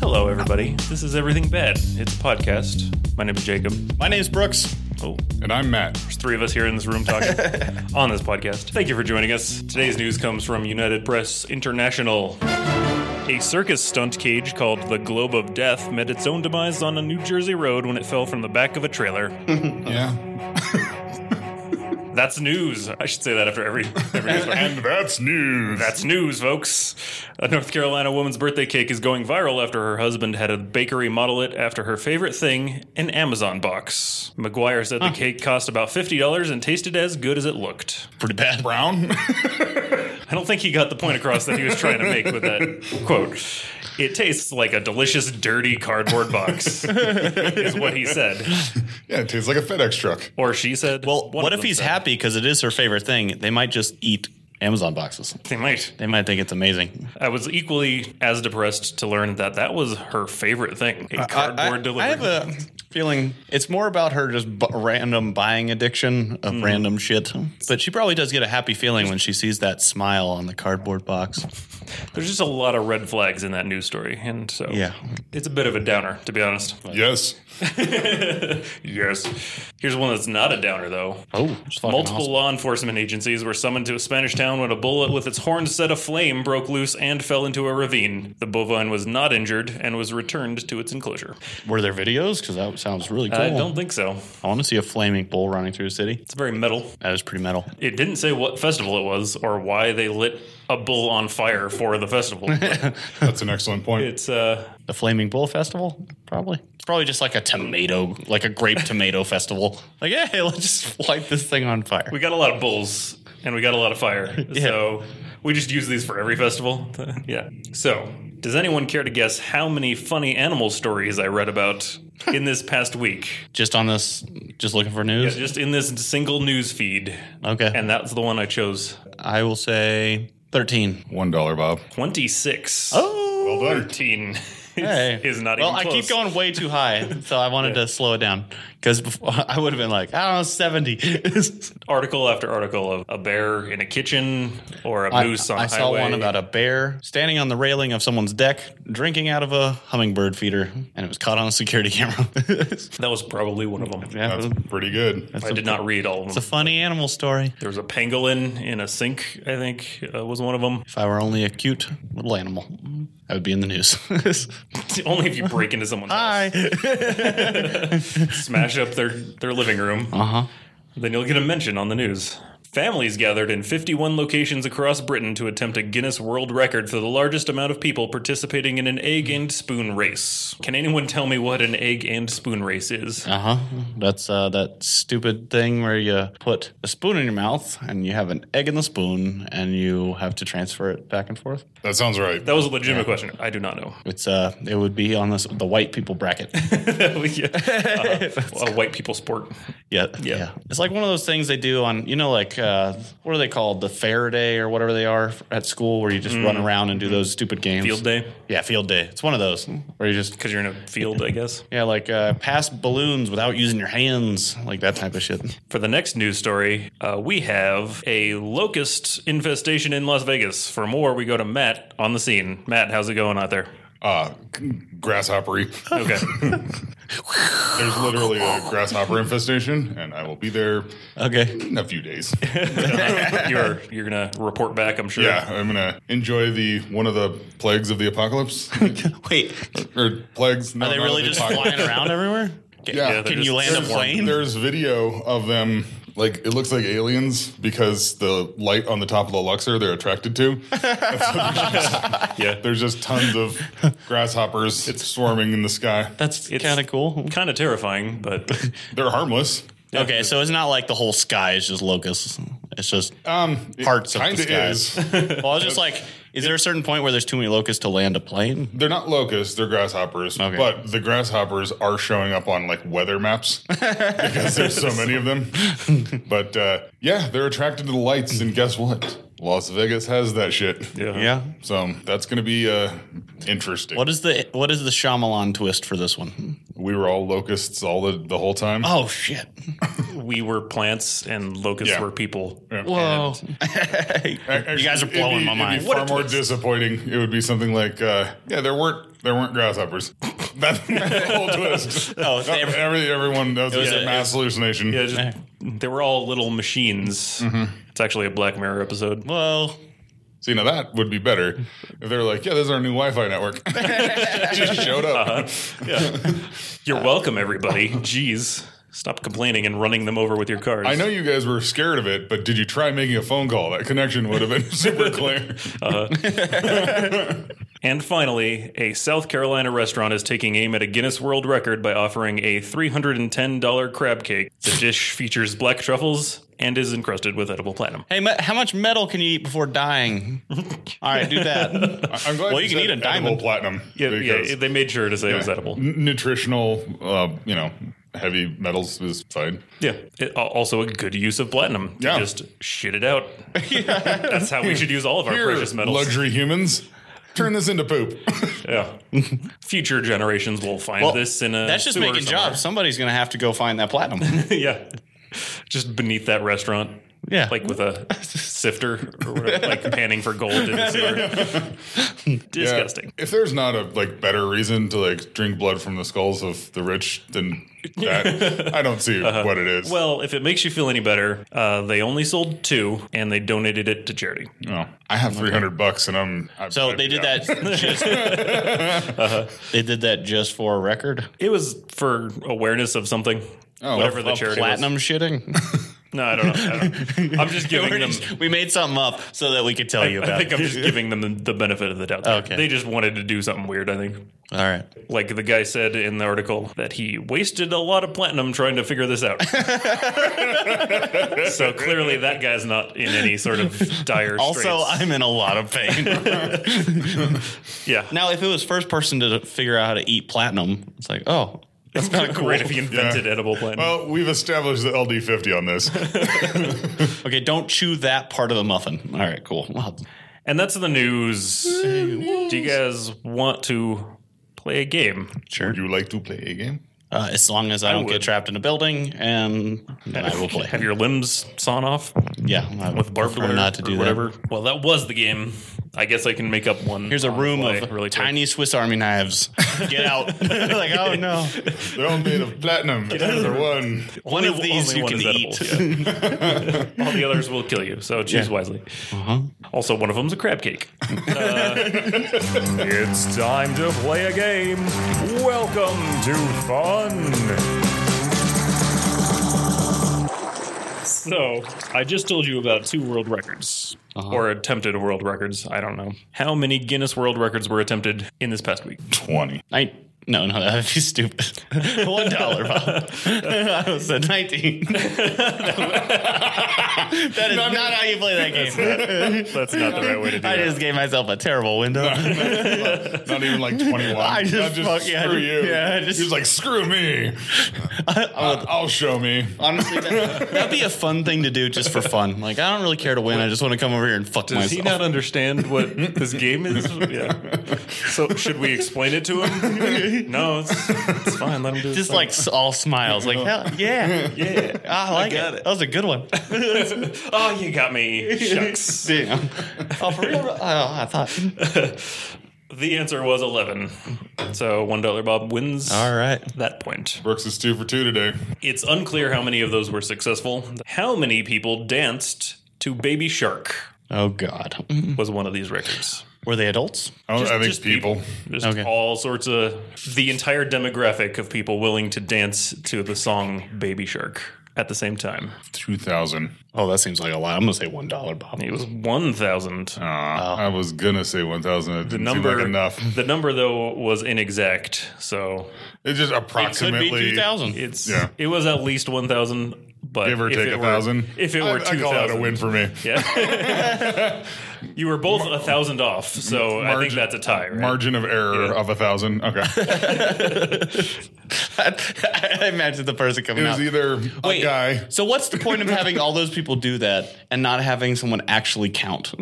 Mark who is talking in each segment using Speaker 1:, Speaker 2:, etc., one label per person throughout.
Speaker 1: everybody. This is Everything Bad. It's a podcast. My name is Jacob.
Speaker 2: My name's Brooks.
Speaker 1: Oh,
Speaker 3: And I'm Matt.
Speaker 1: there's three of us here in this room talking on this podcast. Thank you for joining us. Today's news comes from United Press International. A circus stunt cage called the Globe of Death met its own demise on a New Jersey road when it fell from the back of a trailer.
Speaker 3: Yeah.
Speaker 1: That's news. I should say that after every every news.
Speaker 3: And that's news.
Speaker 1: That's news, folks. A North Carolina woman's birthday cake is going viral after her husband had a bakery model it after her favorite thing, an Amazon box. McGuire said the cake cost about $50 and tasted as good as it looked.
Speaker 2: Pretty bad.
Speaker 3: brown.
Speaker 1: I don't think he got the point across that he was trying to make with that quote. It tastes like a delicious, dirty cardboard box, is what he said.
Speaker 3: yeah, it tastes like a FedEx truck.
Speaker 1: Or she said.
Speaker 2: Well,
Speaker 1: One
Speaker 2: what
Speaker 1: of
Speaker 2: if
Speaker 1: them
Speaker 2: he's
Speaker 1: said.
Speaker 2: happy because it is her favorite thing? They might just eat Amazon boxes.
Speaker 1: They might.
Speaker 2: They might think it's amazing.
Speaker 1: I was equally as depressed to learn that that was her favorite thing a cardboard
Speaker 2: I, I-
Speaker 1: delivery.
Speaker 2: I have a feeling it's more about her just bu- random buying addiction of random shit. Hmm. But she probably does get a happy feeling when she sees that smile on the cardboard box.
Speaker 1: There's just a lot of red flags in that news story, and so
Speaker 2: Yeah.
Speaker 1: it's a bit of a downer, to be honest.
Speaker 3: Yes.
Speaker 1: Yes. Here's one that's not a downer, though.
Speaker 2: Oh,
Speaker 1: Multiple law enforcement agencies were summoned to a Spanish town when a bullet with its horn set aflame broke loose and fell into a ravine. The bovine was not injured and was returned to its enclosure.
Speaker 2: Were there videos? Because that sounds really cool.
Speaker 1: I Uh, don't think so.
Speaker 2: I want to see a flaming bull running through a city.
Speaker 1: It's very metal.
Speaker 2: That is pretty metal.
Speaker 1: It didn't say what festival it was or why they lit a bull on fire for the festival. but
Speaker 3: That's an excellent point.
Speaker 1: it's uh,
Speaker 2: The Flaming Bull Festival, probably. It's probably just like a tomato, like a grape tomato festival. Like, hey, let's just light this thing on fire.
Speaker 1: we got a lot of bulls and we got a lot of fire. So we just use these for every festival. yeah. So, does anyone care to guess how many funny animal stories I read about in this past week?
Speaker 2: Just on this, just looking for news.
Speaker 1: Just in this single news feed.
Speaker 2: okay,
Speaker 1: And that's the one I chose.
Speaker 2: I will say thirteen.
Speaker 3: One dollar, Bob.
Speaker 1: 26.
Speaker 2: Oh,
Speaker 3: Well done.
Speaker 1: 13 is,
Speaker 2: hey,
Speaker 1: is not
Speaker 2: Well,
Speaker 1: even
Speaker 2: I keep
Speaker 1: close.
Speaker 2: going way too high, so I wanted to slow it down because I would have been like, I don't know, seventy.
Speaker 1: Article after article of a bear in a kitchen or a
Speaker 2: I,
Speaker 1: moose on
Speaker 2: I
Speaker 1: a
Speaker 2: saw
Speaker 1: highway.
Speaker 2: one about a bear standing on the railing of someone's deck, drinking out of a hummingbird feeder, and it was caught on a security camera.
Speaker 1: That was probably one of them.
Speaker 2: yeah,
Speaker 3: That's
Speaker 2: it was-
Speaker 3: pretty good.
Speaker 1: I did not read all of
Speaker 2: it's a
Speaker 1: them.
Speaker 2: funny animal story.
Speaker 1: There was a pangolin in a sink, I think, uh, was one of them.
Speaker 2: If I were only a cute little animal, I would be in the news.
Speaker 1: Only if you break into someone's house, smash up their, their living room,
Speaker 2: Uh huh.
Speaker 1: then you'll get a mention on the news. Families gathered in 51 locations across Britain to attempt a Guinness World Record for the largest amount of people participating in an egg and spoon race. Can anyone tell me what an egg and spoon race is?
Speaker 2: Uh huh. That's uh, that stupid thing where you put a spoon in your mouth and you have an egg in the spoon and you have to transfer it back and forth.
Speaker 3: That sounds right.
Speaker 1: That was a legitimate question. I do not know.
Speaker 2: It's uh, it would be on this the white people bracket.
Speaker 1: Yeah. Uh, a white people sport.
Speaker 2: Yeah,
Speaker 1: Yeah.
Speaker 2: yeah, It's like one of those things they do on, you know, like uh, what are they called, the fair day or whatever they are at school, where you just run around and do those stupid games.
Speaker 1: Field day,
Speaker 2: Yeah, field day. It's one of those where you just
Speaker 1: because you're in a field, I guess.
Speaker 2: yeah, like uh, pass balloons without using your hands, like that type of shit.
Speaker 1: For the next news story, uh, we have a locust infestation in Las Vegas. For more, we go to Matt on the scene. Matt, how's it going out there?
Speaker 3: Uh, grasshoppery.
Speaker 1: Okay.
Speaker 3: There's literally a grasshopper infestation, and I will be there
Speaker 2: Okay,
Speaker 3: in a few days.
Speaker 1: you're you're gonna report back, I'm sure.
Speaker 3: Yeah, I'm gonna enjoy the one of the plagues of the apocalypse
Speaker 2: wait,
Speaker 3: or plagues.
Speaker 2: Oh are they really just flying around everywhere? Can,
Speaker 3: Yeah.
Speaker 1: Yeah, they're
Speaker 2: can you
Speaker 1: just-
Speaker 2: land a
Speaker 3: there's,
Speaker 2: plane?
Speaker 3: There's video of them. Like it looks like aliens because the light on the top of the Luxor they're attracted to.
Speaker 1: Yeah.
Speaker 3: There's just tons of grasshoppers swarming in the sky.
Speaker 2: That's kind of cool.
Speaker 1: Kind of terrifying, but
Speaker 3: They're harmless.
Speaker 2: Okay, so it's not like the whole sky is just locusts. It's just
Speaker 3: Um, it
Speaker 2: parts of the
Speaker 3: kinda
Speaker 2: sky.
Speaker 3: is.
Speaker 2: Well, I was just like, is there a certain point where there's too many locusts to land a plane?
Speaker 3: They're not locusts. They're grasshoppers.
Speaker 2: Okay.
Speaker 3: But the grasshoppers are showing up on like weather maps because there's so many of them. But uh, yeah, they're attracted to the lights, and guess what? Las Vegas has that shit.
Speaker 1: yeah.
Speaker 2: Yeah.
Speaker 3: So that's going to be uh, interesting.
Speaker 2: What is the what is the Shyamalan twist for this one?
Speaker 3: we were all locusts all the, the whole time.
Speaker 2: Oh shit!
Speaker 1: We were plants and locusts
Speaker 3: Yeah.
Speaker 1: were people.
Speaker 3: Yeah.
Speaker 2: Whoa!
Speaker 3: Ac-
Speaker 2: you guys are
Speaker 3: actually,
Speaker 2: blowing
Speaker 3: it'd be-
Speaker 2: my mind.
Speaker 3: It'd be
Speaker 2: What
Speaker 3: far
Speaker 2: a
Speaker 3: more
Speaker 2: twist.
Speaker 3: disappointing. It would be something like, uh, yeah, there weren't there weren't grasshoppers. That's the whole twist.
Speaker 2: Oh, it's
Speaker 3: No,
Speaker 2: every-
Speaker 3: every, everyone that was,
Speaker 2: was
Speaker 3: just
Speaker 2: a-
Speaker 3: a mass hallucination.
Speaker 1: Yeah, just, they were all little machines. It's actually a Black Mirror episode.
Speaker 2: Whoa!
Speaker 3: So you know that would be better if they were like, yeah, this is our new Wi-Fi network. just showed up.
Speaker 2: Uh-huh.
Speaker 1: You're welcome, everybody. Jeez. Stop complaining and running them over with your cars.
Speaker 3: I know you guys were scared of it, but did you try making a phone call? That connection would have been super clear.
Speaker 1: And finally, a South Carolina restaurant is taking aim at a Guinness World Record by offering a $310 crab cake. The dish features black truffles and is encrusted with edible platinum.
Speaker 2: Hey, me- how much metal can you eat before dying? All right, do that.
Speaker 3: I- I'm glad
Speaker 2: Well, you can
Speaker 3: said
Speaker 2: eat a
Speaker 3: edible
Speaker 2: diamond.
Speaker 3: platinum.
Speaker 1: Yeah,
Speaker 3: because
Speaker 1: yeah, they made sure to say it was edible.
Speaker 3: n- nutritional, uh, you know, heavy metals is fine.
Speaker 1: Yeah. It, al- also, a good use of platinum. You
Speaker 3: Yeah.
Speaker 1: Just shit it out. That's how we should use all of our
Speaker 3: Here,
Speaker 1: precious metals.
Speaker 3: luxury humans, turn this into poop.
Speaker 1: Yeah. Future generations will find
Speaker 2: Well,
Speaker 1: this in a.
Speaker 2: That's just
Speaker 1: sewer
Speaker 2: making
Speaker 1: somewhere.
Speaker 2: jobs. Somebody's gonna have to go find that platinum.
Speaker 1: yeah. Just beneath that restaurant.
Speaker 2: Yeah.
Speaker 1: Like with a sifter or whatever, like panning for gold in the sewer.
Speaker 3: Yeah.
Speaker 1: Disgusting.
Speaker 3: If there's not a like better reason to like drink blood from the skulls of the rich than that, I don't see what it is.
Speaker 1: Uh-huh. Well, if it makes you feel any better, uh, they only sold two and they donated it to charity.
Speaker 3: No, I have 300 bucks and I'm. I,
Speaker 2: So they did that just. They did that just for a record.
Speaker 1: It was for awareness of something.
Speaker 3: Oh,
Speaker 1: whatever the
Speaker 2: Of
Speaker 1: charity
Speaker 2: platinum shitting.
Speaker 1: was. No, I don't know. I don't know. I'm just giving them.
Speaker 2: we made something up so that we could tell you
Speaker 1: I
Speaker 2: about
Speaker 1: think
Speaker 2: it.
Speaker 1: I'm just giving them the, the benefit of the doubt.
Speaker 2: Okay.
Speaker 1: They just wanted to do something weird, I think.
Speaker 2: All right.
Speaker 1: Like the guy said in the article that he wasted a lot of platinum trying to figure this out. so clearly that guy's not in any sort of dire
Speaker 2: Also,
Speaker 1: straits.
Speaker 2: I'm in a lot of pain.
Speaker 1: yeah.
Speaker 2: now, if it was first person to figure out how to eat platinum, it's like, oh, that's kind of cool.
Speaker 1: Great if he invented edible platinum.
Speaker 3: Well, we've established the LD50 on this.
Speaker 2: Okay, don't chew that part of the muffin. All right, cool. Well,
Speaker 1: and that's the news. Do you guys want to play a game?
Speaker 2: sure.
Speaker 3: you like to play a game?
Speaker 2: Uh, as long as I, don't
Speaker 1: would.
Speaker 2: get trapped in a building, and then I will play.
Speaker 1: Have your limbs sawn off
Speaker 2: Yeah, I would
Speaker 1: with barbed
Speaker 2: prefer
Speaker 1: wire
Speaker 2: not to do
Speaker 1: or
Speaker 2: that.
Speaker 1: whatever? Well, that was the game. I guess I can make up one.
Speaker 2: Here's a
Speaker 1: on the
Speaker 2: room
Speaker 1: fly
Speaker 2: of
Speaker 1: Oh, really quick.
Speaker 2: tiny Swiss Army knives. Get out! like, oh no,
Speaker 3: They're all made of platinum. Another one.
Speaker 2: one of these you
Speaker 1: one
Speaker 2: can
Speaker 1: is edible,
Speaker 2: eat.
Speaker 1: yeah. All the others will kill you, so choose wisely.
Speaker 2: Uh-huh.
Speaker 1: Also, one of them's a crab cake. Uh, it's time to play a game. Welcome to fun. So, I just told you about two world records.
Speaker 2: Uh-huh.
Speaker 1: Or attempted world records. I don't know. How many Guinness World Records were attempted in this past week?
Speaker 3: 20.
Speaker 2: I no no that'd be stupid. One dollar, Bob. I was at nineteen. that is not, how you play that game.
Speaker 1: That's not the right way to do
Speaker 2: I
Speaker 1: it.
Speaker 2: just gave myself a terrible window.
Speaker 3: Not even like 21.
Speaker 2: I just
Speaker 3: Not
Speaker 2: fuck- yeah, I
Speaker 3: screw
Speaker 2: just-
Speaker 3: you.
Speaker 2: yeah, I just-
Speaker 3: he was like, screw me. I, I'll show me.
Speaker 2: Honestly, that, that'd be a fun thing to do just for fun. Like I don't really care to win. I just want to come over here and fuck
Speaker 1: Does
Speaker 2: myself.
Speaker 1: he not understand what this game is? Yeah. So should we explain it to him? no, it's, it's fine. Let him do it.
Speaker 2: just like s- all smiles, like hell, yeah, Ah,
Speaker 1: yeah.
Speaker 2: I like
Speaker 1: got
Speaker 2: it.
Speaker 1: it.
Speaker 2: That was a good one.
Speaker 1: Oh, you got me. Shucks.
Speaker 2: Damn. Oh, for real? Oh, I thought.
Speaker 1: The answer was eleven. So one dollar Bob wins.
Speaker 2: All right.
Speaker 1: That point.
Speaker 3: Brooks is two for two today.
Speaker 1: It's unclear how many of those were successful. How many people danced to Baby Shark
Speaker 2: Oh God.
Speaker 1: was one of these records.
Speaker 2: Were they adults?
Speaker 3: I, don't- I think
Speaker 1: just
Speaker 3: people.
Speaker 1: Just
Speaker 2: Okay.
Speaker 1: all sorts of the entire demographic of people willing to dance to the song Baby Shark at the same time.
Speaker 3: 2,000.
Speaker 2: Oh, that seems like a lot. I'm gonna say one dollar, Bob.
Speaker 1: It was one thousand.
Speaker 3: Uh, I was going to say 1,000. It didn't
Speaker 1: number-
Speaker 3: seem like enough.
Speaker 1: The number though was inexact, so
Speaker 3: It just approximately.
Speaker 2: Could be two thousand.
Speaker 1: it's
Speaker 3: Yeah.
Speaker 1: it was at least one thousand. But
Speaker 3: Give or
Speaker 1: if
Speaker 3: take
Speaker 1: it
Speaker 3: a
Speaker 1: were-
Speaker 3: thousand.
Speaker 1: if it
Speaker 3: I-
Speaker 1: were
Speaker 3: I
Speaker 1: two
Speaker 3: call that a win
Speaker 1: thousand,
Speaker 3: for me.
Speaker 1: yeah, you were both a thousand off. So I think
Speaker 3: Margin-
Speaker 1: that's a tie. Right?
Speaker 3: Margin of error of a thousand. Okay, it
Speaker 2: I imagine the person coming
Speaker 3: was
Speaker 2: out.
Speaker 3: either a guy.
Speaker 2: So what's the point of having all those people do that and not having someone actually count?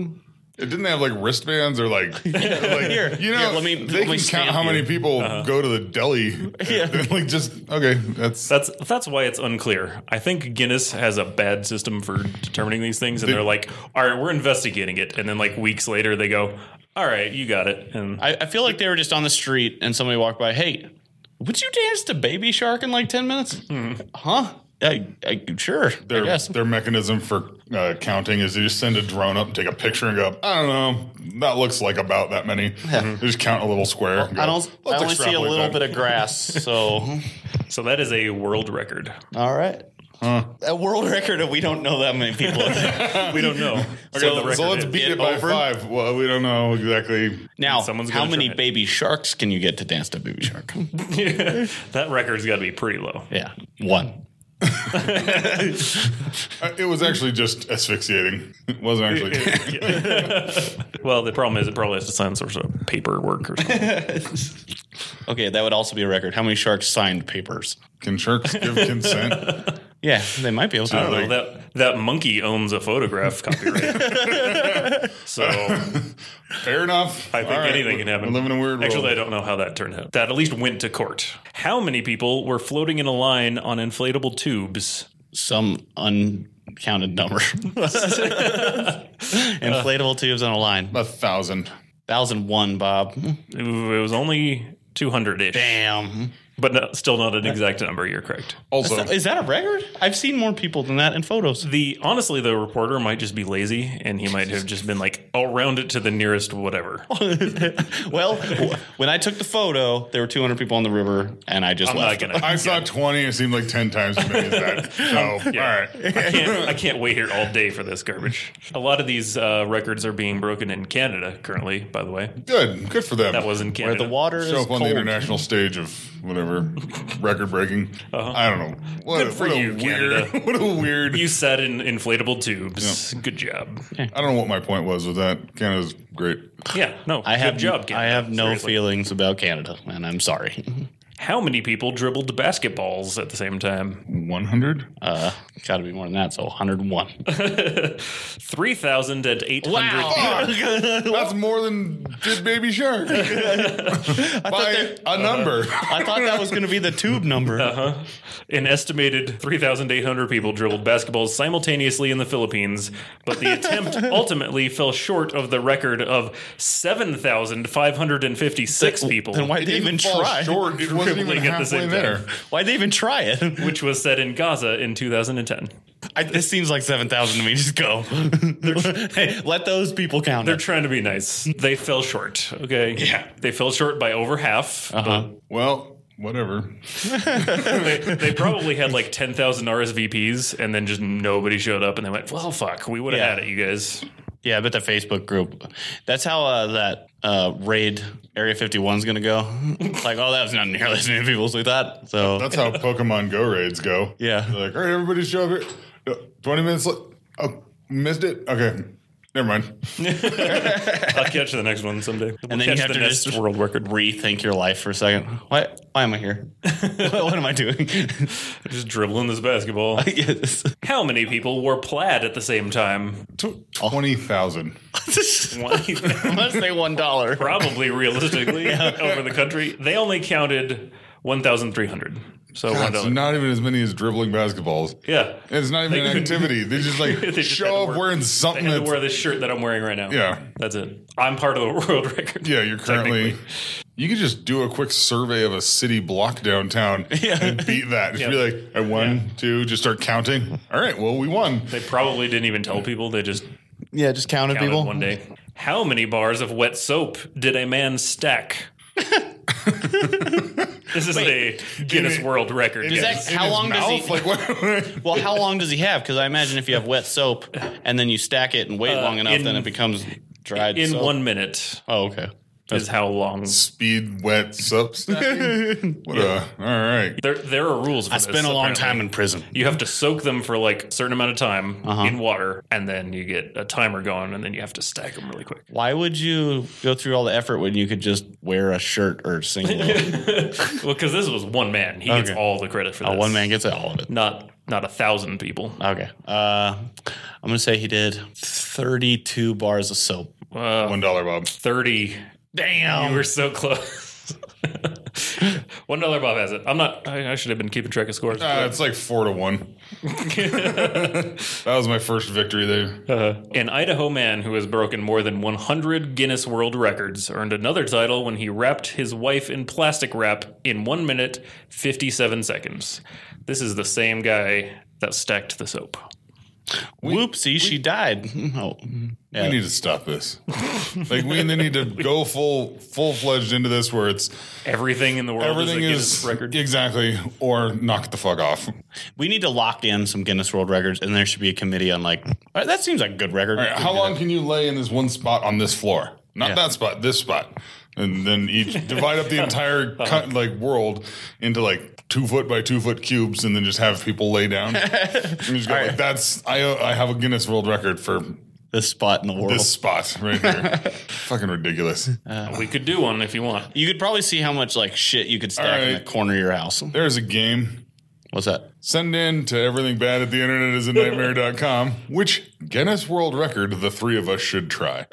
Speaker 3: It didn't have like wristbands or like, like,
Speaker 2: Here.
Speaker 3: you know,
Speaker 2: Here, let me-
Speaker 3: they
Speaker 2: let me
Speaker 3: can count
Speaker 2: stamp
Speaker 3: how many
Speaker 2: you.
Speaker 3: people go to the deli. They're like just okay, that's
Speaker 1: That's that's why it's unclear. I think Guinness has a bad system for determining these things, and they're like, "All right, we're investigating it," and then like weeks later they go, "All right, you got it." And
Speaker 2: I, I feel like they were just on the street and somebody walked by. Hey, would you dance to Baby Shark in like ten minutes?
Speaker 3: Hmm.
Speaker 2: Huh? I, I, sure. I
Speaker 3: their
Speaker 2: guess.
Speaker 3: their mechanism for uh, counting is they just send a drone up, take a picture, and go. I don't know. That looks like about that many. They just count a little square. and go,
Speaker 2: I don't. I
Speaker 3: "Let's
Speaker 2: only see a
Speaker 3: extrapolate
Speaker 2: little
Speaker 3: that."
Speaker 2: bit of grass. So,
Speaker 1: so that is a world record.
Speaker 2: all right. A world record. of We don't know that many people.
Speaker 1: We don't know.
Speaker 3: Okay,
Speaker 1: So the
Speaker 3: so,
Speaker 1: record
Speaker 3: let's
Speaker 1: is.
Speaker 3: beat
Speaker 2: Get
Speaker 3: it by
Speaker 2: over.
Speaker 3: five. Well, we don't know exactly.
Speaker 2: now,
Speaker 1: Someone's
Speaker 2: how
Speaker 1: gonna
Speaker 2: many
Speaker 1: try it.
Speaker 2: baby sharks can you get to dance to Baby Shark?
Speaker 1: that record's got to be pretty low.
Speaker 2: yeah, one.
Speaker 3: Uh, It was actually just asphyxiating. It wasn't actually.
Speaker 1: Well, the problem is it probably has to sign some sort of paperwork or something.
Speaker 2: Okay, that would also be a record. How many sharks signed papers?
Speaker 3: Can sharks give consent?
Speaker 2: Yeah, they might be able to.
Speaker 1: well, that that monkey owns a photograph copyright. so I
Speaker 3: Fair enough.
Speaker 1: think anything can happen.
Speaker 3: We live in a weird
Speaker 1: Actually, I
Speaker 3: world.
Speaker 1: don't know how that turned out. That at least went to court. How many people were floating in a line on inflatable tubes?
Speaker 2: Some uncounted number. Inflatable tubes on a line.
Speaker 3: a thousand.
Speaker 2: Thousand one, Bob.
Speaker 1: It was only 200 ish,
Speaker 2: Damn.
Speaker 1: but no, still not an exact number. You're correct.
Speaker 3: Also,
Speaker 2: Is that a record? I've seen more people than that in photos.
Speaker 1: The honestly, the reporter might just be lazy, and he might have just been like, "I'll round it to the nearest whatever."
Speaker 2: Well, w- when I took the photo, there were 200 people on the river, and I just
Speaker 1: I'm not
Speaker 2: left.
Speaker 1: gonna.
Speaker 3: I saw twenty. It seemed like ten times as many as that. So all right.
Speaker 1: I can't, I can't wait here all day for this garbage. A lot of these uh, records are being broken in Canada currently, by the way.
Speaker 3: Good. Good for them.
Speaker 1: That was in
Speaker 2: Where
Speaker 1: Canada.
Speaker 2: the water is
Speaker 3: Show up on the
Speaker 2: cold.
Speaker 3: international stage of whatever record breaking. I don't know. What
Speaker 1: Uh-huh. Good
Speaker 3: a,
Speaker 1: for
Speaker 3: what
Speaker 1: you,
Speaker 3: a
Speaker 1: Canada.
Speaker 3: weird. What a weird.
Speaker 1: You sat in inflatable tubes. Good job.
Speaker 3: I don't know what my point was with that. Canada's great.
Speaker 1: Yeah, no,
Speaker 2: I
Speaker 1: good
Speaker 2: have
Speaker 1: job, Canada.
Speaker 2: I have no
Speaker 1: Seriously.
Speaker 2: feelings about Canada, and I'm sorry.
Speaker 1: How many people dribbled basketballs at the same time?
Speaker 3: One hundred.
Speaker 2: Uh, Got to be more than that. So 101.
Speaker 1: 3,800.
Speaker 3: That's more than did Baby Shark by
Speaker 1: uh-huh.
Speaker 3: a number.
Speaker 2: I thought that was going to be the tube number.
Speaker 1: An estimated 3,800 people dribbled basketballs simultaneously in the Philippines, but the attempt ultimately fell short of the record of 7,556 people.
Speaker 2: Then why'd
Speaker 3: It
Speaker 2: they
Speaker 3: didn't
Speaker 2: even
Speaker 3: fall
Speaker 2: try?
Speaker 3: Short. It wasn't even
Speaker 1: Dribbling at the
Speaker 3: halfway
Speaker 1: same
Speaker 3: there.
Speaker 2: Why'd they even try it?
Speaker 1: which was set in Gaza in 2010.
Speaker 2: I, this seems like 7,000 to me. Just go. hey, let those people count.
Speaker 1: They're
Speaker 2: it.
Speaker 1: trying to be nice. They fell short. Okay.
Speaker 2: Yeah.
Speaker 1: They fell short by over half. Uh-huh.
Speaker 2: Uh,
Speaker 3: Well, whatever.
Speaker 1: They, they probably had like 10,000 RSVPs and then just nobody showed up and they went, well, fuck, we would have
Speaker 2: Yeah.
Speaker 1: had it, you guys.
Speaker 2: Yeah, I bet the Facebook group. That's how uh, that uh, raid Area 51 is going to go. like, oh, that was not nearly as many people as we thought. So
Speaker 3: That's how Pokemon Go raids go.
Speaker 2: Yeah.
Speaker 3: They're like, all right, everybody show up here. No, 20 minutes left. Oh, missed it? Okay. Never mind.
Speaker 1: I'll catch the next one someday. We'll
Speaker 2: then you
Speaker 1: catch
Speaker 2: have
Speaker 1: the
Speaker 2: to
Speaker 1: next
Speaker 2: just-
Speaker 1: world record.
Speaker 2: rethink your life for a second. Why, why am I here? what, what am I doing?
Speaker 1: Just dribbling this basketball.
Speaker 2: yes.
Speaker 1: How many people wore plaid at the same time?
Speaker 3: Tw-
Speaker 1: Oh.
Speaker 3: 20,000.
Speaker 1: Twenty-
Speaker 2: Let's say $1.
Speaker 1: probably realistically over the country. They only counted 1,300. So
Speaker 3: God,
Speaker 1: one
Speaker 3: It's
Speaker 1: dollar.
Speaker 3: not even as many as dribbling basketballs.
Speaker 1: yeah.
Speaker 3: It's not even
Speaker 1: They-
Speaker 3: an activity. They just like
Speaker 1: They just had to
Speaker 3: show up
Speaker 1: work-
Speaker 3: wearing
Speaker 1: I
Speaker 3: something
Speaker 1: had to
Speaker 3: that's.
Speaker 1: wear this shirt that I'm wearing right now.
Speaker 3: Yeah.
Speaker 1: That's it. I'm part of the world record.
Speaker 3: yeah, you're currently.
Speaker 1: technically.
Speaker 3: You could just do a quick survey of a city block downtown and beat that. Just
Speaker 1: Yeah.
Speaker 3: be like, at one, two, just start counting. All right, well, we won.
Speaker 1: They probably didn't even tell people. They just
Speaker 2: Yeah, just counted,
Speaker 1: counted
Speaker 2: people.
Speaker 1: one day. How many bars of wet soap did a man stack? this is a Guinness
Speaker 3: it-
Speaker 1: World Record.
Speaker 3: In
Speaker 2: that-
Speaker 3: his- in
Speaker 2: how
Speaker 3: his
Speaker 2: long does he-
Speaker 3: mouth? Like, what?
Speaker 2: Well, how long does he have? Because I imagine if you have wet soap and then you stack it and wait long enough,
Speaker 1: Uh, in-
Speaker 2: then it becomes dried
Speaker 1: in
Speaker 2: soap.
Speaker 1: one minute
Speaker 2: Oh, okay.
Speaker 1: is how long.
Speaker 3: speed wet subs. what a, all right.
Speaker 1: There, there are rules. For
Speaker 2: I spent a long time in prison.
Speaker 1: You have to soak them for like a certain amount of time in water, and then you get a timer going, and then you have to stack them really quick.
Speaker 2: Why would you go through all the effort when you could just wear a shirt or singlet?
Speaker 1: Well, because this was one man, he gets
Speaker 2: Okay.
Speaker 1: all the credit for this.
Speaker 2: Uh, One man gets all of it.
Speaker 1: not not a thousand
Speaker 2: Uh.
Speaker 1: people.
Speaker 2: Okay. Uh, I'm going to say he did 32 bars of soap.
Speaker 1: Uh,
Speaker 3: One dollar, Bob.
Speaker 1: 30.
Speaker 2: Damn.
Speaker 1: You were so close. One dollar Bob has it. I'm not. I, I should have been keeping track of scores.
Speaker 3: Uh, it's like four to one. That was my first victory there.
Speaker 1: Uh, an Idaho man who has broken more than 100 Guinness World Records earned another title when he wrapped his wife in plastic wrap in 1 minute 57 seconds. This is the same guy that stacked the soap.
Speaker 2: Whoopsie, she died. Oh, yeah.
Speaker 3: We need to stop this. like we need to go full full fledged into this where it's
Speaker 1: Everything in the world
Speaker 3: everything
Speaker 1: is a Guinness
Speaker 3: is
Speaker 1: record.
Speaker 3: exactly or knock the fuck off. All
Speaker 2: we need to lock in some Guinness World Records, and there should be a committee on like all right, that seems like a good record.
Speaker 3: right, how long can you lay in this one spot on this floor? Not
Speaker 2: Yeah.
Speaker 3: that spot, this spot, and then each divide up the entire co- like world into like two foot by two foot cubes, and then just have people lay down. And just go, like, That's I I have a Guinness World Record for
Speaker 2: This spot in the world.
Speaker 3: this spot right here. Fucking ridiculous.
Speaker 1: we could do one if you want.
Speaker 2: You could probably see how much like shit you could stack in
Speaker 3: right.
Speaker 2: the corner of your house.
Speaker 3: There's a game.
Speaker 2: What's that?
Speaker 3: Send in to everything bad at the internet is a nightmare.com, which Guinness World Record the three of us should try.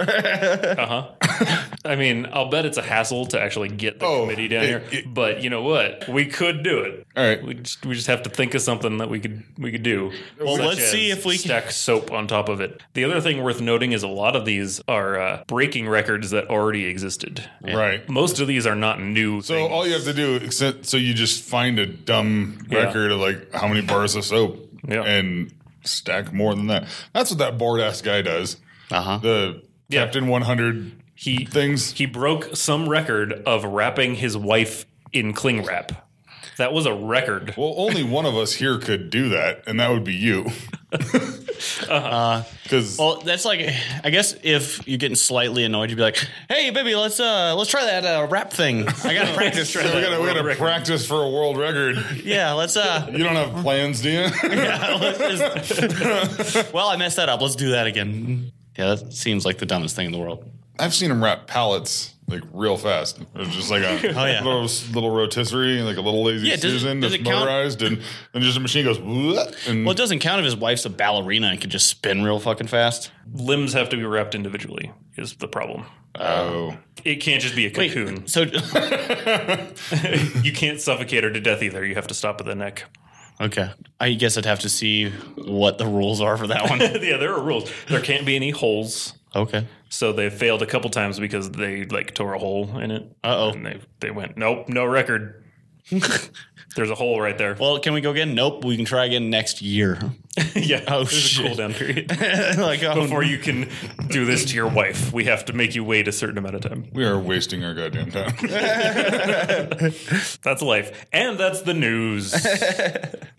Speaker 1: I mean, I'll bet it's a hassle to actually get the
Speaker 3: Oh,
Speaker 1: committee down
Speaker 3: it-
Speaker 1: here,
Speaker 3: it-
Speaker 1: but you know what? We could do it.
Speaker 3: All right.
Speaker 1: We just, we just have to think of something that we could we could do.
Speaker 2: Well,
Speaker 1: Such
Speaker 2: let's see
Speaker 1: as
Speaker 2: if we can-
Speaker 1: stack soap on top of it. The other thing worth noting is a lot of these are uh, breaking records that already existed.
Speaker 3: Right.
Speaker 1: Most of these are not new.
Speaker 3: So all you have to do, except so you just find a dumb
Speaker 1: Yeah.
Speaker 3: record of like how many bars of soap
Speaker 1: Yeah.
Speaker 3: and stack more than that. That's what that bored ass guy does.
Speaker 2: Uh huh.
Speaker 3: The
Speaker 1: Yeah.
Speaker 3: Captain 100
Speaker 1: he
Speaker 3: things.
Speaker 1: he broke some record of wrapping his wife in cling wrap. That was a record.
Speaker 3: Well, only one of us here could do that, and that would be you.
Speaker 1: Uh-huh.
Speaker 3: Uh, Because
Speaker 2: Well, that's like, I guess if you're getting slightly annoyed, you'd be like, "Hey, baby, let's uh, let's try that uh, rap thing. I gotta practice.
Speaker 1: try
Speaker 3: we
Speaker 1: that
Speaker 3: gotta, we
Speaker 1: world
Speaker 3: gotta
Speaker 1: record.
Speaker 3: practice for a world record.
Speaker 2: yeah, let's uh,
Speaker 3: You don't have plans, do you?
Speaker 2: well, I messed that up. Let's do that again. Yeah, that seems like the dumbest thing in the world.
Speaker 3: I've seen him wrap pallets like real fast. It's just like a
Speaker 2: Oh, yeah.
Speaker 3: little, little rotisserie, like a little lazy
Speaker 2: Yeah, does it-
Speaker 3: Susan
Speaker 2: does
Speaker 3: that's
Speaker 2: it count?
Speaker 3: motorized, and then just a machine goes. "Bleh," And
Speaker 2: Well, it doesn't count if his wife's a ballerina and could just spin real fucking fast.
Speaker 1: Limbs have to be wrapped individually. Is the problem?
Speaker 3: oh,
Speaker 1: It can't just be a
Speaker 2: Wait,
Speaker 1: cocoon.
Speaker 2: so
Speaker 1: You can't suffocate her to death either. You have to stop at the neck.
Speaker 2: okay, I guess I'd have to see what the rules are for that one.
Speaker 1: yeah, there are rules. There can't be any holes.
Speaker 2: okay,
Speaker 1: So they failed a couple times because they like tore a hole in it.
Speaker 2: Uh-oh.
Speaker 1: And they they went, nope, no record. There's a hole right there.
Speaker 2: well, can we go again? Nope, we can try again next year.
Speaker 1: yeah.
Speaker 2: oh,
Speaker 1: there's
Speaker 2: shit.
Speaker 1: a cool down period
Speaker 2: like, oh,
Speaker 1: before you can do this to your wife. We have to make you wait a certain amount of time.
Speaker 3: we are wasting our goddamn time.
Speaker 1: That's life, and that's the news,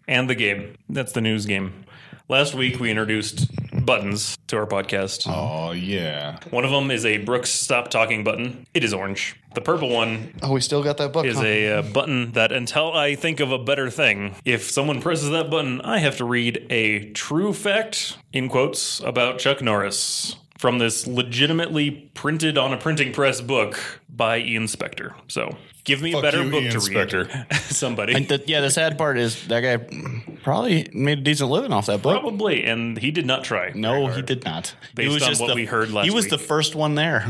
Speaker 1: and the game. That's the news game. Last week we introduced buttons to our podcast.
Speaker 3: oh yeah,
Speaker 1: One of them is a Brooks stop talking button. It is orange. The purple one
Speaker 4: Oh, we still got that book.
Speaker 1: is
Speaker 4: huh?
Speaker 1: a uh, button that until I think of a better thing, if someone presses that button, I have to read a true fact in quotes about Chuck Norris from this legitimately printed on a printing press book by Ian Spector. So, give me a
Speaker 3: Fuck
Speaker 1: better
Speaker 3: you,
Speaker 1: book
Speaker 3: Ian
Speaker 1: to read.
Speaker 3: Spector.
Speaker 1: Somebody
Speaker 2: And the, yeah, the sad part is that guy probably made a decent living off that book.
Speaker 1: probably and he did not try.
Speaker 2: No, he did not.
Speaker 1: Based
Speaker 2: he was
Speaker 1: on what
Speaker 2: the,
Speaker 1: we heard last
Speaker 2: He was
Speaker 1: week.
Speaker 2: the first one there.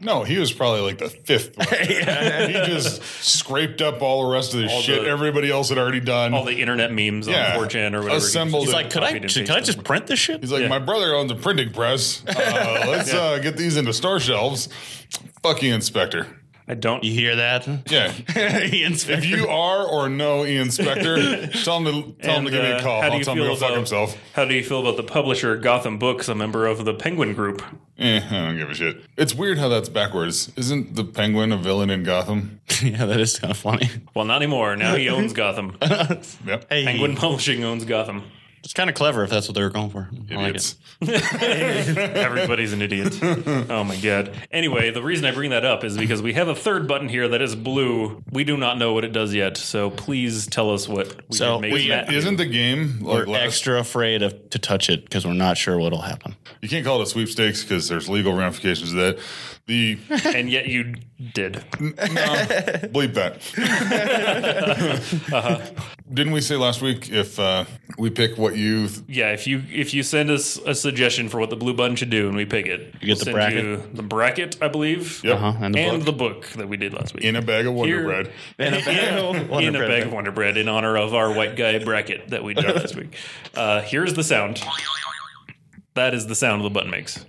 Speaker 3: no, he was probably like the fifth. One. He just scraped up all the rest of the shit
Speaker 1: the-
Speaker 3: everybody else had already done.
Speaker 1: All the internet memes
Speaker 3: Yeah.
Speaker 1: on 4chan or whatever.
Speaker 3: Assembled
Speaker 2: He's
Speaker 3: it.
Speaker 2: like, could I
Speaker 1: copied and
Speaker 2: should, could I
Speaker 1: pasted.
Speaker 2: just print this shit?
Speaker 3: He's like, my brother owns a printing press. Uh, let's uh, get these into store shelves. Fuck you, Inspector.
Speaker 1: I don't
Speaker 2: You hear that?
Speaker 3: Yeah,
Speaker 2: Ian Spector.
Speaker 3: If you are or know Ian Spector, tell him to tell him
Speaker 1: And,
Speaker 3: to give me
Speaker 1: uh,
Speaker 3: a call.
Speaker 1: how do
Speaker 3: I'll
Speaker 1: you
Speaker 3: tell him to
Speaker 1: feel
Speaker 3: go fuck
Speaker 1: about-
Speaker 3: himself.
Speaker 1: How do you feel about the publisher Gotham Books, a member of the Penguin Group?
Speaker 3: Eh, I don't give a shit. It's weird how that's backwards. Isn't the Penguin a villain in Gotham?
Speaker 2: yeah, that is kind of funny.
Speaker 1: Well, not anymore. Now he owns Gotham.
Speaker 3: Yep.
Speaker 2: Hey,
Speaker 1: Penguin Publishing owns Gotham.
Speaker 2: It's kind of clever if that's what they were going for. I like
Speaker 3: Idiots.
Speaker 2: it.
Speaker 1: Everybody's an idiot. Oh my god. Anyway, the reason I bring that up is because we have a third button here that is blue. We do not know what it does yet, so please tell us what we
Speaker 2: So
Speaker 1: can make
Speaker 2: we-
Speaker 1: Matt do.
Speaker 3: Isn't the game like
Speaker 2: We're
Speaker 3: last,
Speaker 2: extra afraid of, to touch it because we're not sure what'll happen.
Speaker 3: You can't call it a sweepstakes because there's legal ramifications to that. The
Speaker 1: and yet you did. Uh-huh.
Speaker 3: bleep that. Didn't we say last week if uh, we pick what you th-
Speaker 1: Yeah, if you if you send us a suggestion for what the blue button should do and we pick it,
Speaker 2: You get the
Speaker 1: send
Speaker 2: bracket?
Speaker 1: you the bracket, I believe.
Speaker 3: Yep.
Speaker 2: Uh-huh, and the
Speaker 1: and
Speaker 2: book.
Speaker 1: the book that we did last week.
Speaker 3: in a bag of Wonder
Speaker 1: Here-
Speaker 3: Bread?
Speaker 2: And a bag of Wonder
Speaker 1: in a
Speaker 2: Bread.
Speaker 1: bag of Wonder Bread in honor of our white guy bracket that we did last week. Uh, here's the sound. That is the sound the button makes.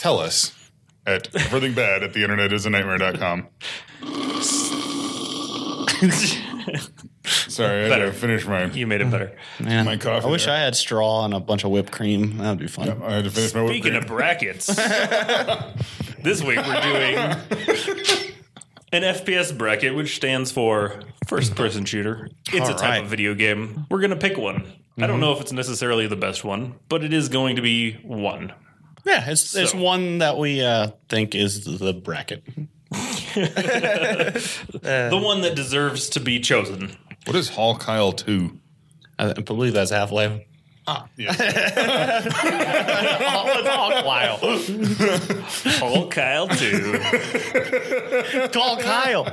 Speaker 3: Tell us at everything bad at the internet is a nightmare.com. Sorry, I
Speaker 1: Better.
Speaker 3: gotta finish my
Speaker 1: You made it better.
Speaker 2: Man,
Speaker 3: My coffee
Speaker 2: I wish
Speaker 3: there.
Speaker 2: I had straw and a bunch of whipped cream. That would be fun.
Speaker 3: I had to finish my whipped
Speaker 1: Speaking
Speaker 3: cream.
Speaker 1: of brackets, this week we're doing an FPS bracket, which stands for first person shooter. It's a
Speaker 2: All
Speaker 1: type
Speaker 2: right.
Speaker 1: of video game. We're going to pick one. I
Speaker 3: Mm-hmm.
Speaker 1: don't know if it's necessarily the best one, but it is going to be one.
Speaker 2: Yeah, it's it's one that we uh, think is the bracket.
Speaker 3: Uh,
Speaker 1: The one that deserves to be chosen.
Speaker 3: what is Hall Kyle 2?
Speaker 2: I I believe that's Half Life.
Speaker 3: Yeah.
Speaker 2: Call Kyle.
Speaker 1: Paul Kyle 2.
Speaker 2: Call Kyle.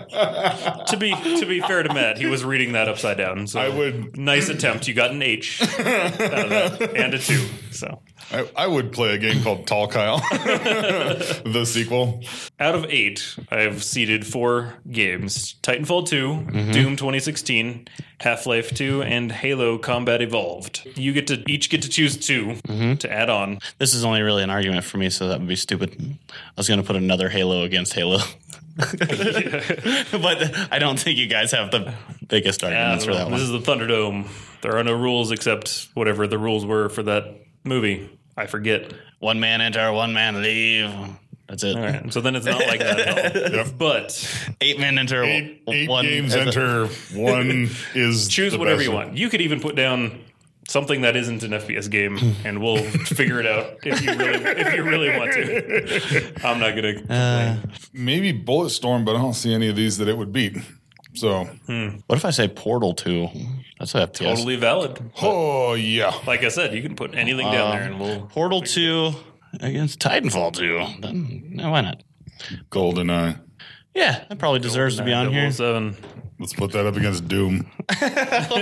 Speaker 1: to be to be fair to Matt, he was reading that upside down. So
Speaker 3: I would-
Speaker 1: nice attempt. You got an H out of that and a two. So
Speaker 3: I, I would play a game called Tall Kyle, the sequel.
Speaker 1: out of eight, I've seeded four games: Titanfall 2 Doom 2016, Half Life Two, and Halo Combat Evolved. You get to each get to choose 2 to add on.
Speaker 2: This is only really an argument for me, so that would be stupid. I was going to put another Halo against Halo. but I don't think you guys have the biggest arguments for that
Speaker 1: this
Speaker 2: one.
Speaker 1: is the Thunderdome. There are no rules except whatever the rules were for that movie. I forget.
Speaker 2: One man enter, one man leave. That's it.
Speaker 1: All right, so then it's not like that at all.
Speaker 3: Yep.
Speaker 1: But
Speaker 2: Eight men enter,
Speaker 3: Eight,
Speaker 2: one-
Speaker 3: eight
Speaker 2: one
Speaker 3: games enter, one is.
Speaker 1: choose
Speaker 3: the
Speaker 1: whatever
Speaker 3: best
Speaker 1: you
Speaker 3: one.
Speaker 1: want. You could even put down something that isn't an FPS game, and we'll figure it out if you really if you really want to. I'm not
Speaker 2: Uh,
Speaker 1: gonna. complain.
Speaker 3: Maybe Bulletstorm, but I don't see any of these that it would beat. So,
Speaker 1: Hmm.
Speaker 2: What if I say Portal 2? That's a FPS.
Speaker 1: Totally valid.
Speaker 3: oh, yeah.
Speaker 1: Like I said, you can put anything down
Speaker 2: Um,
Speaker 1: there, and we'll.
Speaker 2: Portal 2 against Titanfall 2. Then, no, why not?
Speaker 3: GoldenEye.
Speaker 2: Yeah, that probably deserves to be on here.
Speaker 1: 007.
Speaker 3: Let's put that up against Doom.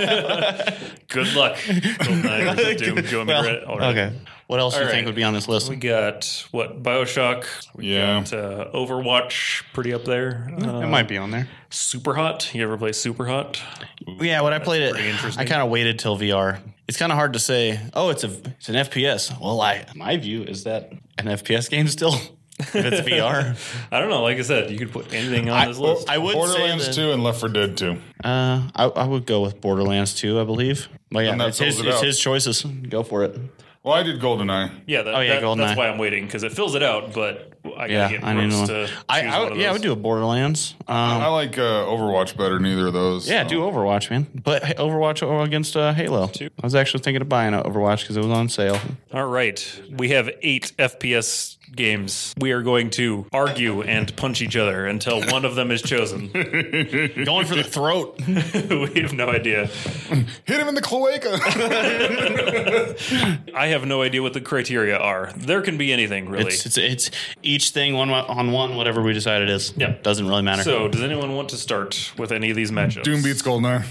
Speaker 1: Good luck. GoldenEye versus Doom. Do you want me to
Speaker 2: Well,
Speaker 1: read it? All right.
Speaker 2: Okay. What else do you
Speaker 1: All right.
Speaker 2: think would be on this list?
Speaker 1: We got what Bioshock. We
Speaker 3: Yeah.
Speaker 1: got uh, Overwatch, pretty up there. Uh,
Speaker 2: it might be on there.
Speaker 1: Super Hot. You ever play Super Hot?
Speaker 2: Yeah, when I played it,
Speaker 1: pretty interesting.
Speaker 2: I kind of waited till VR. It's kind of hard to say. Oh, it's a it's an FPS. Well, I my view is that an FPS game still. if it's VR,
Speaker 1: I don't know. Like I said, you could put anything on this list.
Speaker 2: I would
Speaker 3: Borderlands
Speaker 2: say that,
Speaker 3: 2 and Left 4 Dead 2.
Speaker 2: Uh, I, I would go with Borderlands 2, I believe. But yeah,
Speaker 3: And that
Speaker 2: it's his,
Speaker 3: fills it
Speaker 2: it's
Speaker 3: out.
Speaker 2: his choices. Go for it.
Speaker 3: Well, I did GoldenEye.
Speaker 1: Yeah, that,
Speaker 2: Oh,
Speaker 1: that-
Speaker 2: yeah,
Speaker 1: that's
Speaker 2: GoldenEye.
Speaker 1: why I'm waiting because it fills it out, but I gotta
Speaker 2: Yeah,
Speaker 1: get
Speaker 2: I need
Speaker 1: Brooks
Speaker 2: one.
Speaker 1: to choose
Speaker 2: I, I
Speaker 1: one
Speaker 2: would,
Speaker 1: of
Speaker 2: yeah, I
Speaker 1: those.
Speaker 2: would do a Borderlands. Um,
Speaker 3: I like uh, Overwatch better, neither of those.
Speaker 2: Yeah,
Speaker 3: so.
Speaker 2: do Overwatch, man. But H- Overwatch o- against uh, Halo. I was actually thinking of buying an Overwatch because it was on sale.
Speaker 1: All right, we have eight FPS games. We are going to argue and punch each other until one of them is chosen.
Speaker 2: Going for the throat.
Speaker 1: we have no idea.
Speaker 3: Hit him in the cloaca.
Speaker 1: I have no idea what the criteria are. There can be anything, really.
Speaker 2: It's, it's it's each thing one wa- on one, whatever we decide it is.
Speaker 1: Yeah.
Speaker 2: doesn't really matter. Uh,
Speaker 1: so, does anyone want to start with any of these matchups?
Speaker 3: Doom beats GoldenEye.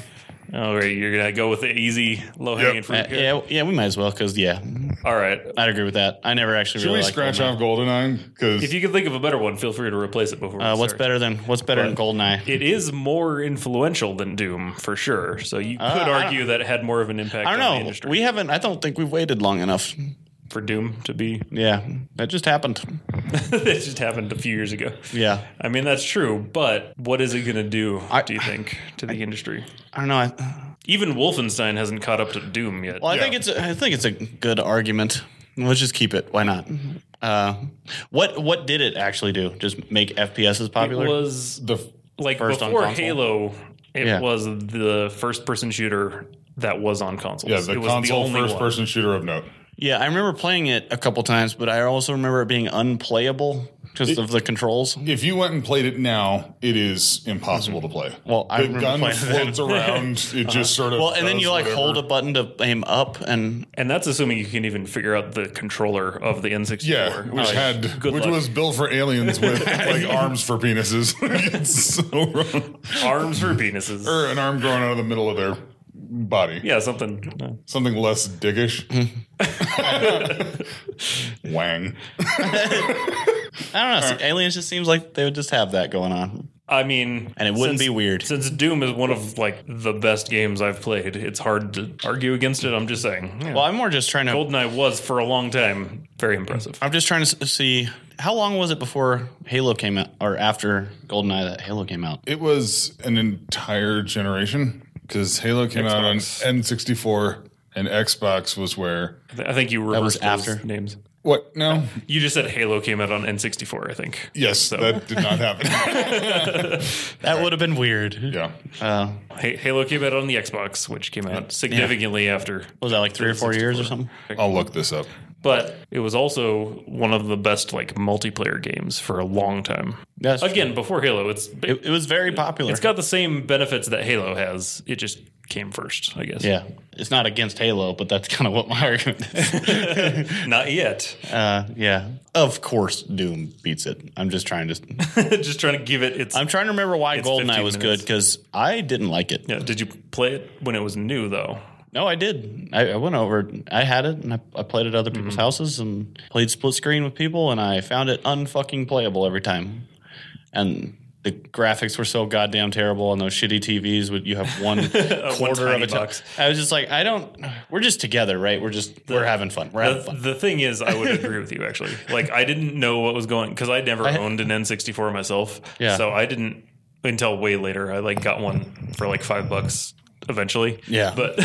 Speaker 1: All right, you're gonna go with the easy, low hanging
Speaker 3: Yep.
Speaker 1: fruit.
Speaker 2: Uh,
Speaker 1: here?
Speaker 2: yeah, yeah, we might as well because yeah,
Speaker 1: All right.
Speaker 2: I'd agree with that. I never actually
Speaker 3: Should
Speaker 2: really
Speaker 3: we
Speaker 2: liked
Speaker 3: scratch
Speaker 2: Goldeneye.
Speaker 3: off GoldenEye?
Speaker 1: If
Speaker 3: Because
Speaker 1: you can think of a better one, feel free to replace it before. we
Speaker 2: Uh, what's
Speaker 1: start.
Speaker 2: better than what's better than Goldeneye?
Speaker 1: It is more influential than Doom for sure. So you could
Speaker 2: Uh, I
Speaker 1: argue that it had more of an impact
Speaker 2: I
Speaker 1: on the
Speaker 2: don't know.
Speaker 1: industry
Speaker 2: We haven't. I don't think we've waited long enough.
Speaker 1: for Doom to be.
Speaker 2: Yeah, that just happened.
Speaker 1: it just happened a few years ago.
Speaker 2: Yeah,
Speaker 1: I mean that's true, but what is it going to do?
Speaker 2: I-
Speaker 1: do you think to the industry?
Speaker 2: I don't know. I,
Speaker 1: Even Wolfenstein hasn't caught up to Doom yet.
Speaker 2: Well, I
Speaker 3: Yeah.
Speaker 2: think it's a, I think it's a good argument. Let's just keep it. Why not? Uh, what what did it actually do? Just make FPSs
Speaker 1: It
Speaker 2: popular?
Speaker 1: was
Speaker 3: the
Speaker 1: like
Speaker 2: First on
Speaker 1: before
Speaker 2: console?
Speaker 1: Halo. It
Speaker 2: Yeah.
Speaker 1: was the first-person shooter that was on consoles.
Speaker 3: yeah, the
Speaker 1: it was
Speaker 3: console
Speaker 1: only
Speaker 3: first
Speaker 1: one.
Speaker 3: person shooter of note.
Speaker 2: yeah, I remember playing it a couple times, but I also remember it being unplayable because of the controls.
Speaker 3: If you went and played it now, it is impossible
Speaker 1: Mm-hmm.
Speaker 3: to play.
Speaker 2: Well, I
Speaker 3: the
Speaker 2: remember
Speaker 3: gun
Speaker 2: playing it then.
Speaker 3: floats around. It
Speaker 1: Uh-huh.
Speaker 3: just sort of
Speaker 2: Well, and then
Speaker 3: does
Speaker 2: you like
Speaker 3: whatever.
Speaker 2: hold a button to aim up, and
Speaker 1: And that's assuming you can even figure out the controller of the N64.
Speaker 3: Yeah, which
Speaker 1: Like,
Speaker 3: had
Speaker 1: good
Speaker 3: which
Speaker 1: luck.
Speaker 3: was built for aliens with like arms for penises. it's so wrong.
Speaker 1: arms for penises.
Speaker 3: Or an arm growing out of the middle of their body.
Speaker 1: Yeah, something. uh,
Speaker 3: Something less dickish. Wang.
Speaker 2: I don't know. see, Aliens just seems like they would just have that going on,
Speaker 1: I mean,
Speaker 2: and it wouldn't
Speaker 1: since-
Speaker 2: be weird.
Speaker 1: Since Doom is one of like the best games I've played, it's hard to argue against it. I'm just saying. Yeah.
Speaker 2: Well, I'm more just trying to.
Speaker 1: Goldeneye was for a long time very impressive.
Speaker 2: I'm just trying to s- see how long was it before Halo came out, or after GoldenEye that Halo came out.
Speaker 3: It was an entire generation because Halo came out on
Speaker 1: Xbox.
Speaker 3: N64 and Xbox was where.
Speaker 1: I th- I think you reversed
Speaker 2: was
Speaker 1: those
Speaker 2: after.
Speaker 1: names.
Speaker 3: What? No?
Speaker 1: You just said Halo came out on N64, I think.
Speaker 3: Yes, that did not happen.
Speaker 2: That would have been weird.
Speaker 3: yeah.
Speaker 2: Uh,
Speaker 1: Ha- Halo came out on the Xbox, which came out significantly after.
Speaker 2: was that like three or four years or something?
Speaker 3: I'll look this up.
Speaker 1: But it was also one of the best like multiplayer games for a long time.
Speaker 2: Yes.
Speaker 1: Again, before Halo, it's
Speaker 2: It, it was very popular.
Speaker 1: it's got the same benefits that Halo has. It just came first, I guess.
Speaker 2: yeah. It's not against Halo, but that's kind of what my argument is.
Speaker 1: Not yet.
Speaker 2: uh, yeah. Of course, Doom beats it. I'm just trying to.
Speaker 1: just trying to give it its
Speaker 2: I'm trying to remember why GoldenEye
Speaker 1: 15
Speaker 2: was good
Speaker 1: minutes.
Speaker 2: because I didn't like it.
Speaker 1: Yeah, did you play it when it was new though?
Speaker 2: No, I did. I, I went over. I had it, and I, I played at
Speaker 1: Mm-hmm.
Speaker 2: other people's houses and played split screen with people, and I found it unfucking playable every time. And the graphics were so goddamn terrible on those shitty TVs. Would you have one quarter of
Speaker 1: tiny
Speaker 2: a ti-
Speaker 1: box.
Speaker 2: I was just like, I don't. We're just together, right? We're just we're having fun. We're having
Speaker 1: The,
Speaker 2: fun.
Speaker 1: the thing is, I would agree with you actually. Like, I didn't know what was going because I never owned an N64 myself.
Speaker 2: Yeah.
Speaker 1: So I didn't until way later. I like got one for like five bucks eventually.
Speaker 2: Yeah.
Speaker 1: But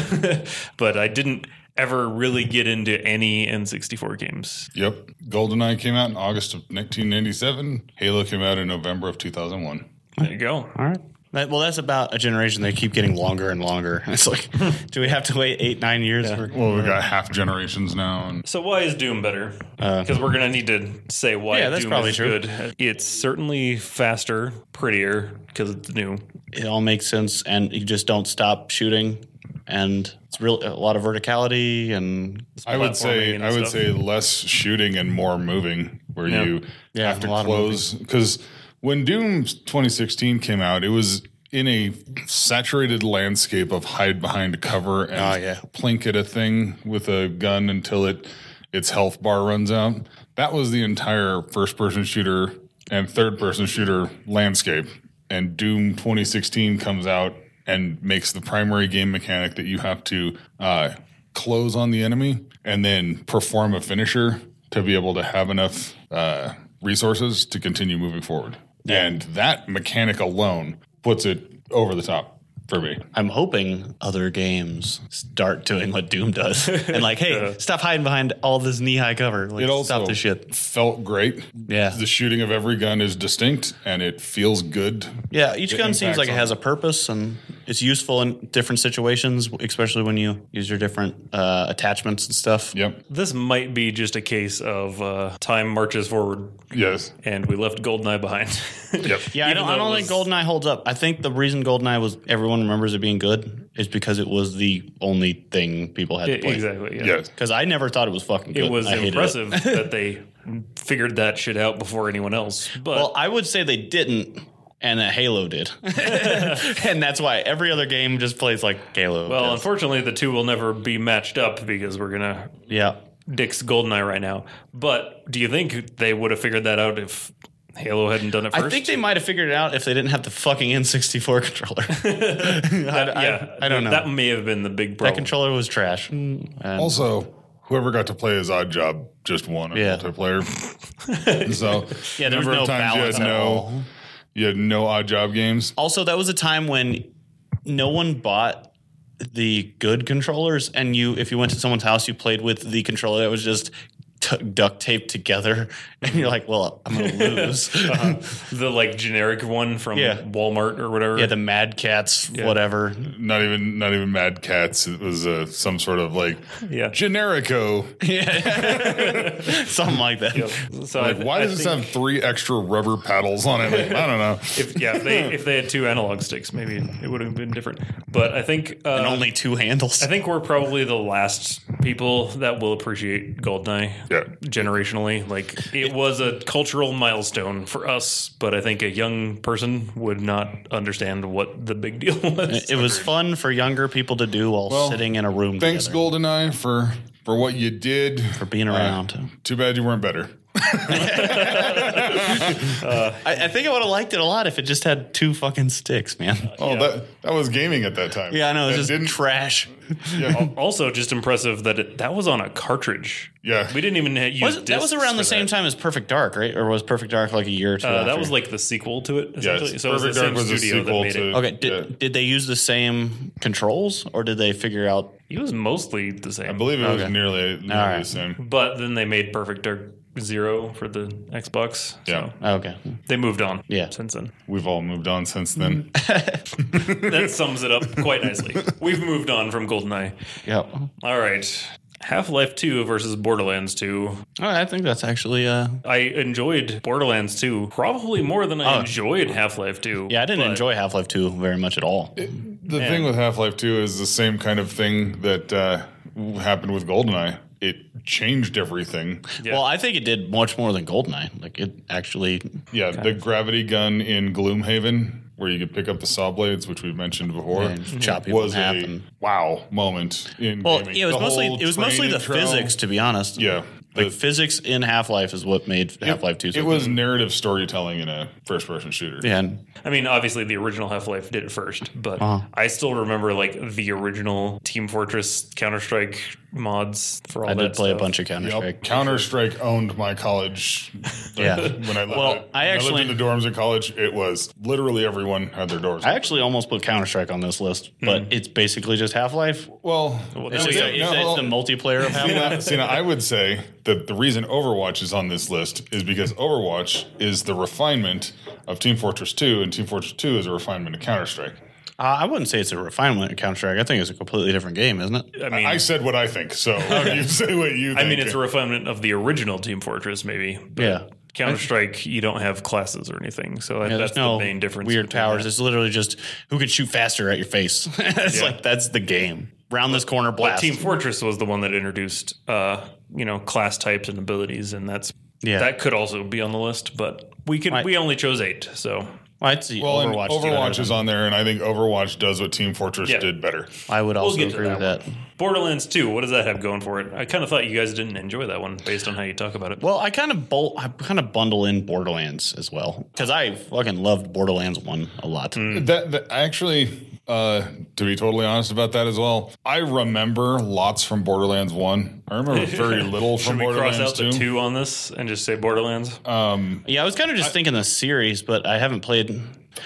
Speaker 1: but I didn't ever really get into any N64 games.
Speaker 3: Yep. GoldenEye came out in August of 1997. Halo came out in November of 2001.
Speaker 1: There you go.
Speaker 2: All right. That- well, that's about a generation. They keep getting longer and longer. It's like,
Speaker 1: Hmm.
Speaker 2: do we have to wait eight, nine years? For,
Speaker 3: Well, we got half generations now. And
Speaker 1: So why is Doom better? Because we're gonna need to say why
Speaker 2: Uh, Yeah, that's
Speaker 1: Doom
Speaker 2: probably
Speaker 1: is
Speaker 2: true.
Speaker 1: good. It's certainly faster, prettier because it's new.
Speaker 2: it all makes sense and you just don't stop shooting and it's real a lot of verticality and
Speaker 3: I would
Speaker 1: platforming
Speaker 3: say
Speaker 1: and
Speaker 3: I would
Speaker 1: stuff.
Speaker 3: say less shooting and more moving, where you
Speaker 2: Yeah,
Speaker 3: have to
Speaker 2: a lot of
Speaker 3: close because when Doom 2016 came out, it was in a saturated landscape of hide behind cover and
Speaker 2: Oh, yeah.
Speaker 3: plink at a thing with a gun until it its health bar runs out. That was the entire first person shooter and third person shooter landscape. And Doom 2016 comes out and makes the primary game mechanic that you have to uh, close on the enemy and then perform a finisher to be able to have enough uh, resources to continue moving forward. And that mechanic alone puts it over the top for me.
Speaker 2: I'm hoping other games start doing what Doom does and like, hey, stop hiding behind all this knee high cover. Like,
Speaker 3: It also
Speaker 2: stop this shit.
Speaker 3: felt great.
Speaker 2: Yeah.
Speaker 3: The shooting of every gun is distinct and it feels good.
Speaker 2: Yeah, each gun seems
Speaker 3: impacts
Speaker 2: like it
Speaker 3: on-
Speaker 2: has a purpose and it's useful in different situations, especially when you use your different uh, attachments and stuff.
Speaker 3: Yep.
Speaker 1: This might be just a case of uh, time marches forward
Speaker 3: Yes.
Speaker 1: and we left Goldeneye behind.
Speaker 3: Yep.
Speaker 2: Yeah, I
Speaker 1: Even
Speaker 2: don't,
Speaker 1: though
Speaker 2: I
Speaker 1: it
Speaker 2: don't
Speaker 1: was-
Speaker 2: think GoldenEye holds up. I think the reason GoldenEye was everyone remembers it being good is because it was the only thing people had to play.
Speaker 1: exactly. Yeah.
Speaker 3: Yes.
Speaker 2: Because I never thought it was fucking good.
Speaker 1: It was
Speaker 2: I hated
Speaker 1: impressive that they figured that shit out before anyone else. But
Speaker 2: Well, I would say they didn't, and that Halo did. and that's why every other game just plays like Halo.
Speaker 1: well,
Speaker 2: does.
Speaker 1: unfortunately, the two will never be matched up because we're gonna
Speaker 2: yeah.
Speaker 1: Dick's Goldeneye right now. But do you think they would have figured that out if Halo hadn't done it first?
Speaker 2: I think they might have figured it out if they didn't have the fucking N64 controller. I,
Speaker 1: yeah,
Speaker 2: I, I don't know. Oh. Mm.
Speaker 1: That
Speaker 2: That,
Speaker 1: may have been the big problem.
Speaker 2: controller was trash. And
Speaker 3: Also, whoever got to play his odd job just won a
Speaker 2: Yeah.
Speaker 3: multiplayer. so
Speaker 2: Yeah, there was no balance at all.
Speaker 3: you had no odd job games.
Speaker 2: also, that was a time when no one bought the good controllers, and you, if you went to someone's house, you played with the controller that was just. T- duct taped together, and you're like, "Well, I'm gonna lose."
Speaker 1: the like generic one from
Speaker 2: Yeah.
Speaker 1: Walmart or whatever.
Speaker 2: Yeah, the Mad Cats, whatever.
Speaker 3: Not even not even Mad Cats. It was uh, some sort of like
Speaker 1: Yeah.
Speaker 3: generico.
Speaker 2: Something like that.
Speaker 1: So
Speaker 3: Like, why does this
Speaker 1: think
Speaker 3: have three extra rubber paddles on it? Like, I don't know.
Speaker 1: If, yeah, if they if they had two analog sticks, maybe it would have been different. But I think uh,
Speaker 2: And only two handles.
Speaker 1: I think we're probably the last people that will appreciate Goldeneye
Speaker 3: Yeah.
Speaker 1: generationally. Like it was a cultural milestone for us, but I think a young person would not understand what the big deal was.
Speaker 2: It was fun for younger people to do while
Speaker 3: Well,
Speaker 2: sitting in a room.
Speaker 3: Thanks,
Speaker 2: together
Speaker 3: GoldenEye, for for what you did. Uh,
Speaker 2: for being around.
Speaker 3: Too bad you weren't better.
Speaker 2: I, I think I would have liked it a lot if it just had two fucking sticks, man.
Speaker 3: Oh, that that was gaming at that time.
Speaker 2: yeah, I know.
Speaker 3: That
Speaker 2: It's just
Speaker 3: didn't.
Speaker 2: trash.
Speaker 3: yeah,
Speaker 1: also just impressive that it, that was on a cartridge.
Speaker 3: Yeah.
Speaker 1: we didn't even ha- use
Speaker 2: Was, that was
Speaker 1: discs
Speaker 2: around
Speaker 1: for
Speaker 2: the same
Speaker 1: that.
Speaker 2: time as Perfect Dark, right? Or was Perfect Dark like a year or two?
Speaker 1: Uh,
Speaker 2: after?
Speaker 1: that was like the sequel to it. Essentially. so it was the
Speaker 3: Perfect
Speaker 1: same
Speaker 3: Dark was a
Speaker 1: studio that
Speaker 3: sequel
Speaker 1: made it.
Speaker 3: to-
Speaker 2: okay. Did,
Speaker 3: yeah.
Speaker 2: did they use the same controls, or did they figure out?
Speaker 1: It was mostly the same.
Speaker 3: I believe it was
Speaker 2: Okay.
Speaker 3: nearly, nearly
Speaker 2: All right.
Speaker 3: the same.
Speaker 1: But then they made Perfect Dark Zero for the Xbox.
Speaker 3: Yeah.
Speaker 1: So
Speaker 2: Okay,
Speaker 1: they moved on
Speaker 2: Yeah.
Speaker 1: since then.
Speaker 3: We've all moved on since then.
Speaker 2: Mm-hmm.
Speaker 1: That sums it up quite nicely. We've moved on from GoldenEye.
Speaker 2: yep.
Speaker 1: All right. Half Life 2 versus Borderlands 2.
Speaker 2: All right, I think that's actually. Uh,
Speaker 1: I enjoyed Borderlands 2 probably more than I enjoyed Half Life 2.
Speaker 2: Oh. yeah, I didn't
Speaker 1: but
Speaker 2: enjoy Half Life Two very much at all.
Speaker 3: The thing with Half Life 2 is the same kind of thing that uh, happened with GoldenEye. It changed everything.
Speaker 1: Yeah.
Speaker 2: Well, I think it did much more than Goldeneye. Like it actually.
Speaker 3: Yeah, the gravity gun in Gloomhaven, where you could pick up the saw blades, which we've mentioned before,
Speaker 2: And just chop people
Speaker 3: was
Speaker 2: in half
Speaker 3: a
Speaker 2: and-
Speaker 3: wow moment in
Speaker 2: Mhm. Well,
Speaker 3: gaming.
Speaker 2: yeah, it was
Speaker 3: The
Speaker 2: mostly
Speaker 3: whole
Speaker 2: it was mostly
Speaker 3: train
Speaker 2: the
Speaker 3: trail-
Speaker 2: physics, to be honest.
Speaker 3: Yeah,
Speaker 2: Like
Speaker 3: the-
Speaker 2: physics in Half Life is what made Half Life Two. so
Speaker 3: It was narrative storytelling in a first-person shooter.
Speaker 2: good. yeah, and
Speaker 1: I mean, obviously the original Half Life did it first, but
Speaker 2: Uh-huh.
Speaker 1: I still remember like the original Team Fortress Counter Strike mods for all
Speaker 2: I
Speaker 1: that
Speaker 2: did play
Speaker 1: stuff.
Speaker 2: a bunch of Counter Strike.
Speaker 3: Counter Strike owned my college. like,
Speaker 2: Yeah.
Speaker 3: when I lived
Speaker 2: Well,
Speaker 3: it.
Speaker 2: I
Speaker 3: When
Speaker 2: actually-
Speaker 3: lived in the dorms at college. It was literally everyone had their doors.
Speaker 2: I actually almost put Counter Strike on this list,
Speaker 3: Hmm.
Speaker 2: but it's basically just Half Life.
Speaker 3: well,
Speaker 2: It's,
Speaker 1: It's
Speaker 2: just
Speaker 1: like-
Speaker 2: a- it's-
Speaker 3: no,
Speaker 2: it's
Speaker 3: hold
Speaker 2: the
Speaker 3: on.
Speaker 2: multiplayer of Half
Speaker 3: See,
Speaker 2: Life.
Speaker 3: now- see, now, I would say that the reason Overwatch is on this list is because Overwatch is the refinement of Team Fortress 2, and Team Fortress 2 is a refinement of Counter Strike.
Speaker 2: Uh, I wouldn't say it's a refinement of Counter Strike. I think it's a completely different game, isn't it?
Speaker 1: I mean,
Speaker 3: I said what I think, so you say what you think.
Speaker 1: I mean, it's a refinement of the original Team Fortress, maybe.
Speaker 2: Yeah.
Speaker 1: Counter Strike, you don't have classes or anything, so
Speaker 2: Yeah,
Speaker 1: that's
Speaker 2: there's no
Speaker 1: the main difference.
Speaker 2: weird
Speaker 1: between
Speaker 2: powers.
Speaker 1: that.
Speaker 2: It's literally just who can shoot faster at your face. it's like that's the game. Round this corner, blast.
Speaker 1: Team Fortress was the one that introduced, uh, you know, class types and abilities, and that's
Speaker 2: Yeah.
Speaker 1: that could also be on the list, but we could
Speaker 2: Right.
Speaker 1: we only chose eight, so
Speaker 2: Well, I'd see
Speaker 3: well, Overwatch,
Speaker 2: Overwatch. too.
Speaker 3: Overwatch is on there, and I think Overwatch does what Team Fortress
Speaker 1: Yeah.
Speaker 3: did better.
Speaker 2: I would also
Speaker 1: get to
Speaker 2: agree
Speaker 1: that
Speaker 2: with that.
Speaker 1: Borderlands Two. What does that have going for it? I kind of thought you guys didn't enjoy that one based on how you talk about it.
Speaker 2: Well, I kind of bolt, I kind of bundle in Borderlands as well because I fucking loved Borderlands one a lot.
Speaker 3: That, that actually, uh, to be totally honest about that as well, I remember lots from Borderlands One. I remember very little
Speaker 1: Should
Speaker 3: from
Speaker 1: we cross
Speaker 3: Borderlands
Speaker 1: out the
Speaker 3: Two.
Speaker 1: two on this and just say Borderlands?
Speaker 2: Uh, Yeah, I was kind of just thinking the series, but I haven't played.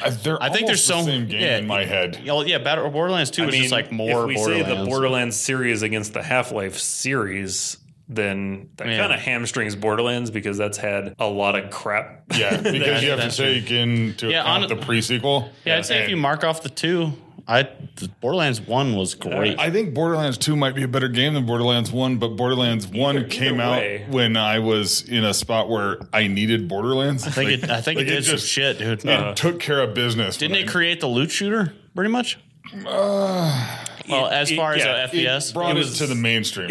Speaker 3: I, they're
Speaker 2: I think there's
Speaker 3: almost
Speaker 2: so
Speaker 3: the same game
Speaker 2: yeah,
Speaker 3: in my head.
Speaker 2: Oh yeah, Battle Borderlands two
Speaker 1: I
Speaker 2: was
Speaker 1: mean,
Speaker 2: just like more
Speaker 1: If we say
Speaker 2: Borderlands.
Speaker 1: the Borderlands series against the Half Life series, then that
Speaker 2: Yeah.
Speaker 1: kind of hamstrings Borderlands because that's had a lot of crap.
Speaker 3: Yeah, because you have to
Speaker 2: that's
Speaker 3: take into
Speaker 2: Yeah,
Speaker 3: account
Speaker 2: on-
Speaker 3: the pre sequel.
Speaker 2: yeah, I'd say if you mark off the two, I the Borderlands one was great.
Speaker 3: I think Borderlands 2 might be a better game than Borderlands 1, but Borderlands 1 came out
Speaker 1: way.
Speaker 3: when I was in a spot where I needed Borderlands.
Speaker 2: I think it, I think
Speaker 3: like,
Speaker 2: it
Speaker 3: it
Speaker 2: did some
Speaker 3: just-
Speaker 2: shit, dude. Uh,
Speaker 3: it took care of business.
Speaker 2: Didn't
Speaker 3: when
Speaker 2: it create the loot shooter pretty much? well, as
Speaker 1: it-
Speaker 2: far
Speaker 1: yeah,
Speaker 2: as uh,
Speaker 1: it
Speaker 2: a FPS,
Speaker 3: brought
Speaker 1: it
Speaker 3: uh, it,
Speaker 1: was-
Speaker 3: to the mainstream.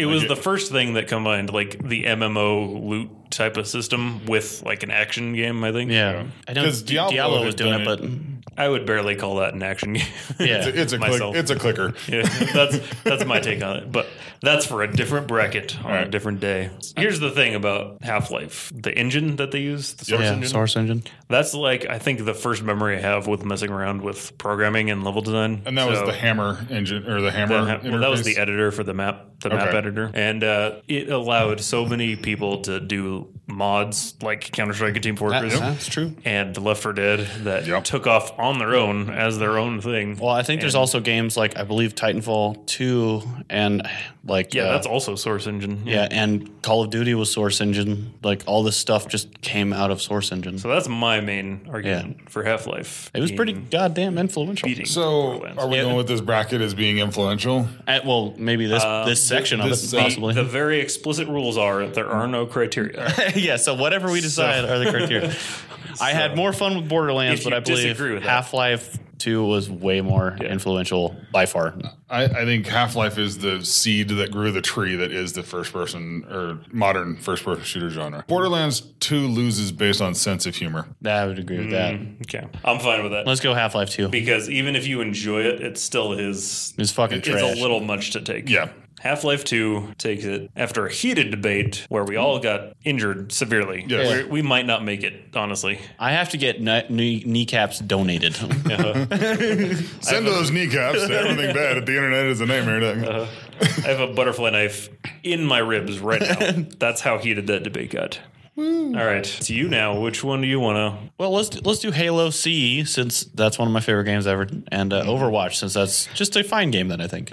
Speaker 1: It was
Speaker 3: Like,
Speaker 1: the first thing that combined like the MMO loot type of system with like an action game. I think.
Speaker 2: yeah, I know
Speaker 3: 'Cause
Speaker 2: Diablo,
Speaker 3: Diablo
Speaker 2: was
Speaker 3: had
Speaker 2: doing it,
Speaker 3: done
Speaker 2: but
Speaker 1: I would barely call that an action game.
Speaker 3: it's
Speaker 2: yeah,
Speaker 3: a, it's a click,
Speaker 1: myself.
Speaker 3: it's a clicker.
Speaker 1: Yeah, that's that's my take on it. But that's for a different bracket on a
Speaker 3: right.
Speaker 1: different day. Here's the thing about Half Life: the engine that they use, the source
Speaker 2: yeah,
Speaker 1: engine.
Speaker 2: Source Engine.
Speaker 1: That's like I think the first memory I have with messing around with programming and level design.
Speaker 3: And that
Speaker 1: So-
Speaker 3: was the hammer engine or the hammer.
Speaker 1: that, ha- well, that was
Speaker 3: interface.
Speaker 1: the editor for the map, the map
Speaker 3: Okay.
Speaker 1: editor, and uh, it allowed so many people to do mods like Counter Strike and Team Fortress
Speaker 2: That's true.
Speaker 1: and Left 4 Dead that
Speaker 3: Yep.
Speaker 1: took off on their own as their own thing.
Speaker 2: Well, I think there's also games like I believe Titanfall two and like
Speaker 1: yeah,
Speaker 2: uh,
Speaker 1: that's also Source Engine.
Speaker 2: yeah, and Call of Duty was Source Engine. Like all this stuff just came out of Source Engine.
Speaker 1: So that's my main argument for Half Life.
Speaker 2: it was pretty goddamn influential.
Speaker 3: So are we going with this bracket as being influential?
Speaker 2: Uh, well, maybe this this section
Speaker 3: this
Speaker 2: of it
Speaker 3: sec-
Speaker 2: possibly.
Speaker 1: The very explicit rules are there are no criteria.
Speaker 2: yeah, so whatever we decide are the criteria. I had more fun with Borderlands,
Speaker 1: If
Speaker 2: but
Speaker 1: you
Speaker 2: I believe
Speaker 1: disagree with that.
Speaker 2: Half Life Two was way more influential by far.
Speaker 3: I, I think Half Life is the seed that grew the tree that is the first person or modern first person shooter genre. Borderlands 2 loses based on sense of humor.
Speaker 2: I would agree with that.
Speaker 1: Mm, Okay, I'm fine with that
Speaker 2: Let's go Half Life Two.
Speaker 1: because even if you enjoy it, it still is.
Speaker 2: It's fucking trash.
Speaker 1: It's a little much to take.
Speaker 3: Yeah.
Speaker 1: Half Life 2 takes it after a heated debate where we all got injured severely.
Speaker 3: Yes.
Speaker 1: We're- We might not make it, honestly.
Speaker 2: I have to get kn- knee- kneecaps donated.
Speaker 3: Send those kneecaps to everything bad at the internet is a nightmare. doesn't it?
Speaker 1: Uh-huh. I have a butterfly knife in my ribs right now. That's how heated that debate got. All right, it's you now. Which one do you want
Speaker 2: well, let's do, let's do Halo CE since that's one of my favorite games ever, and uh, Overwatch since that's just a fine game that I think.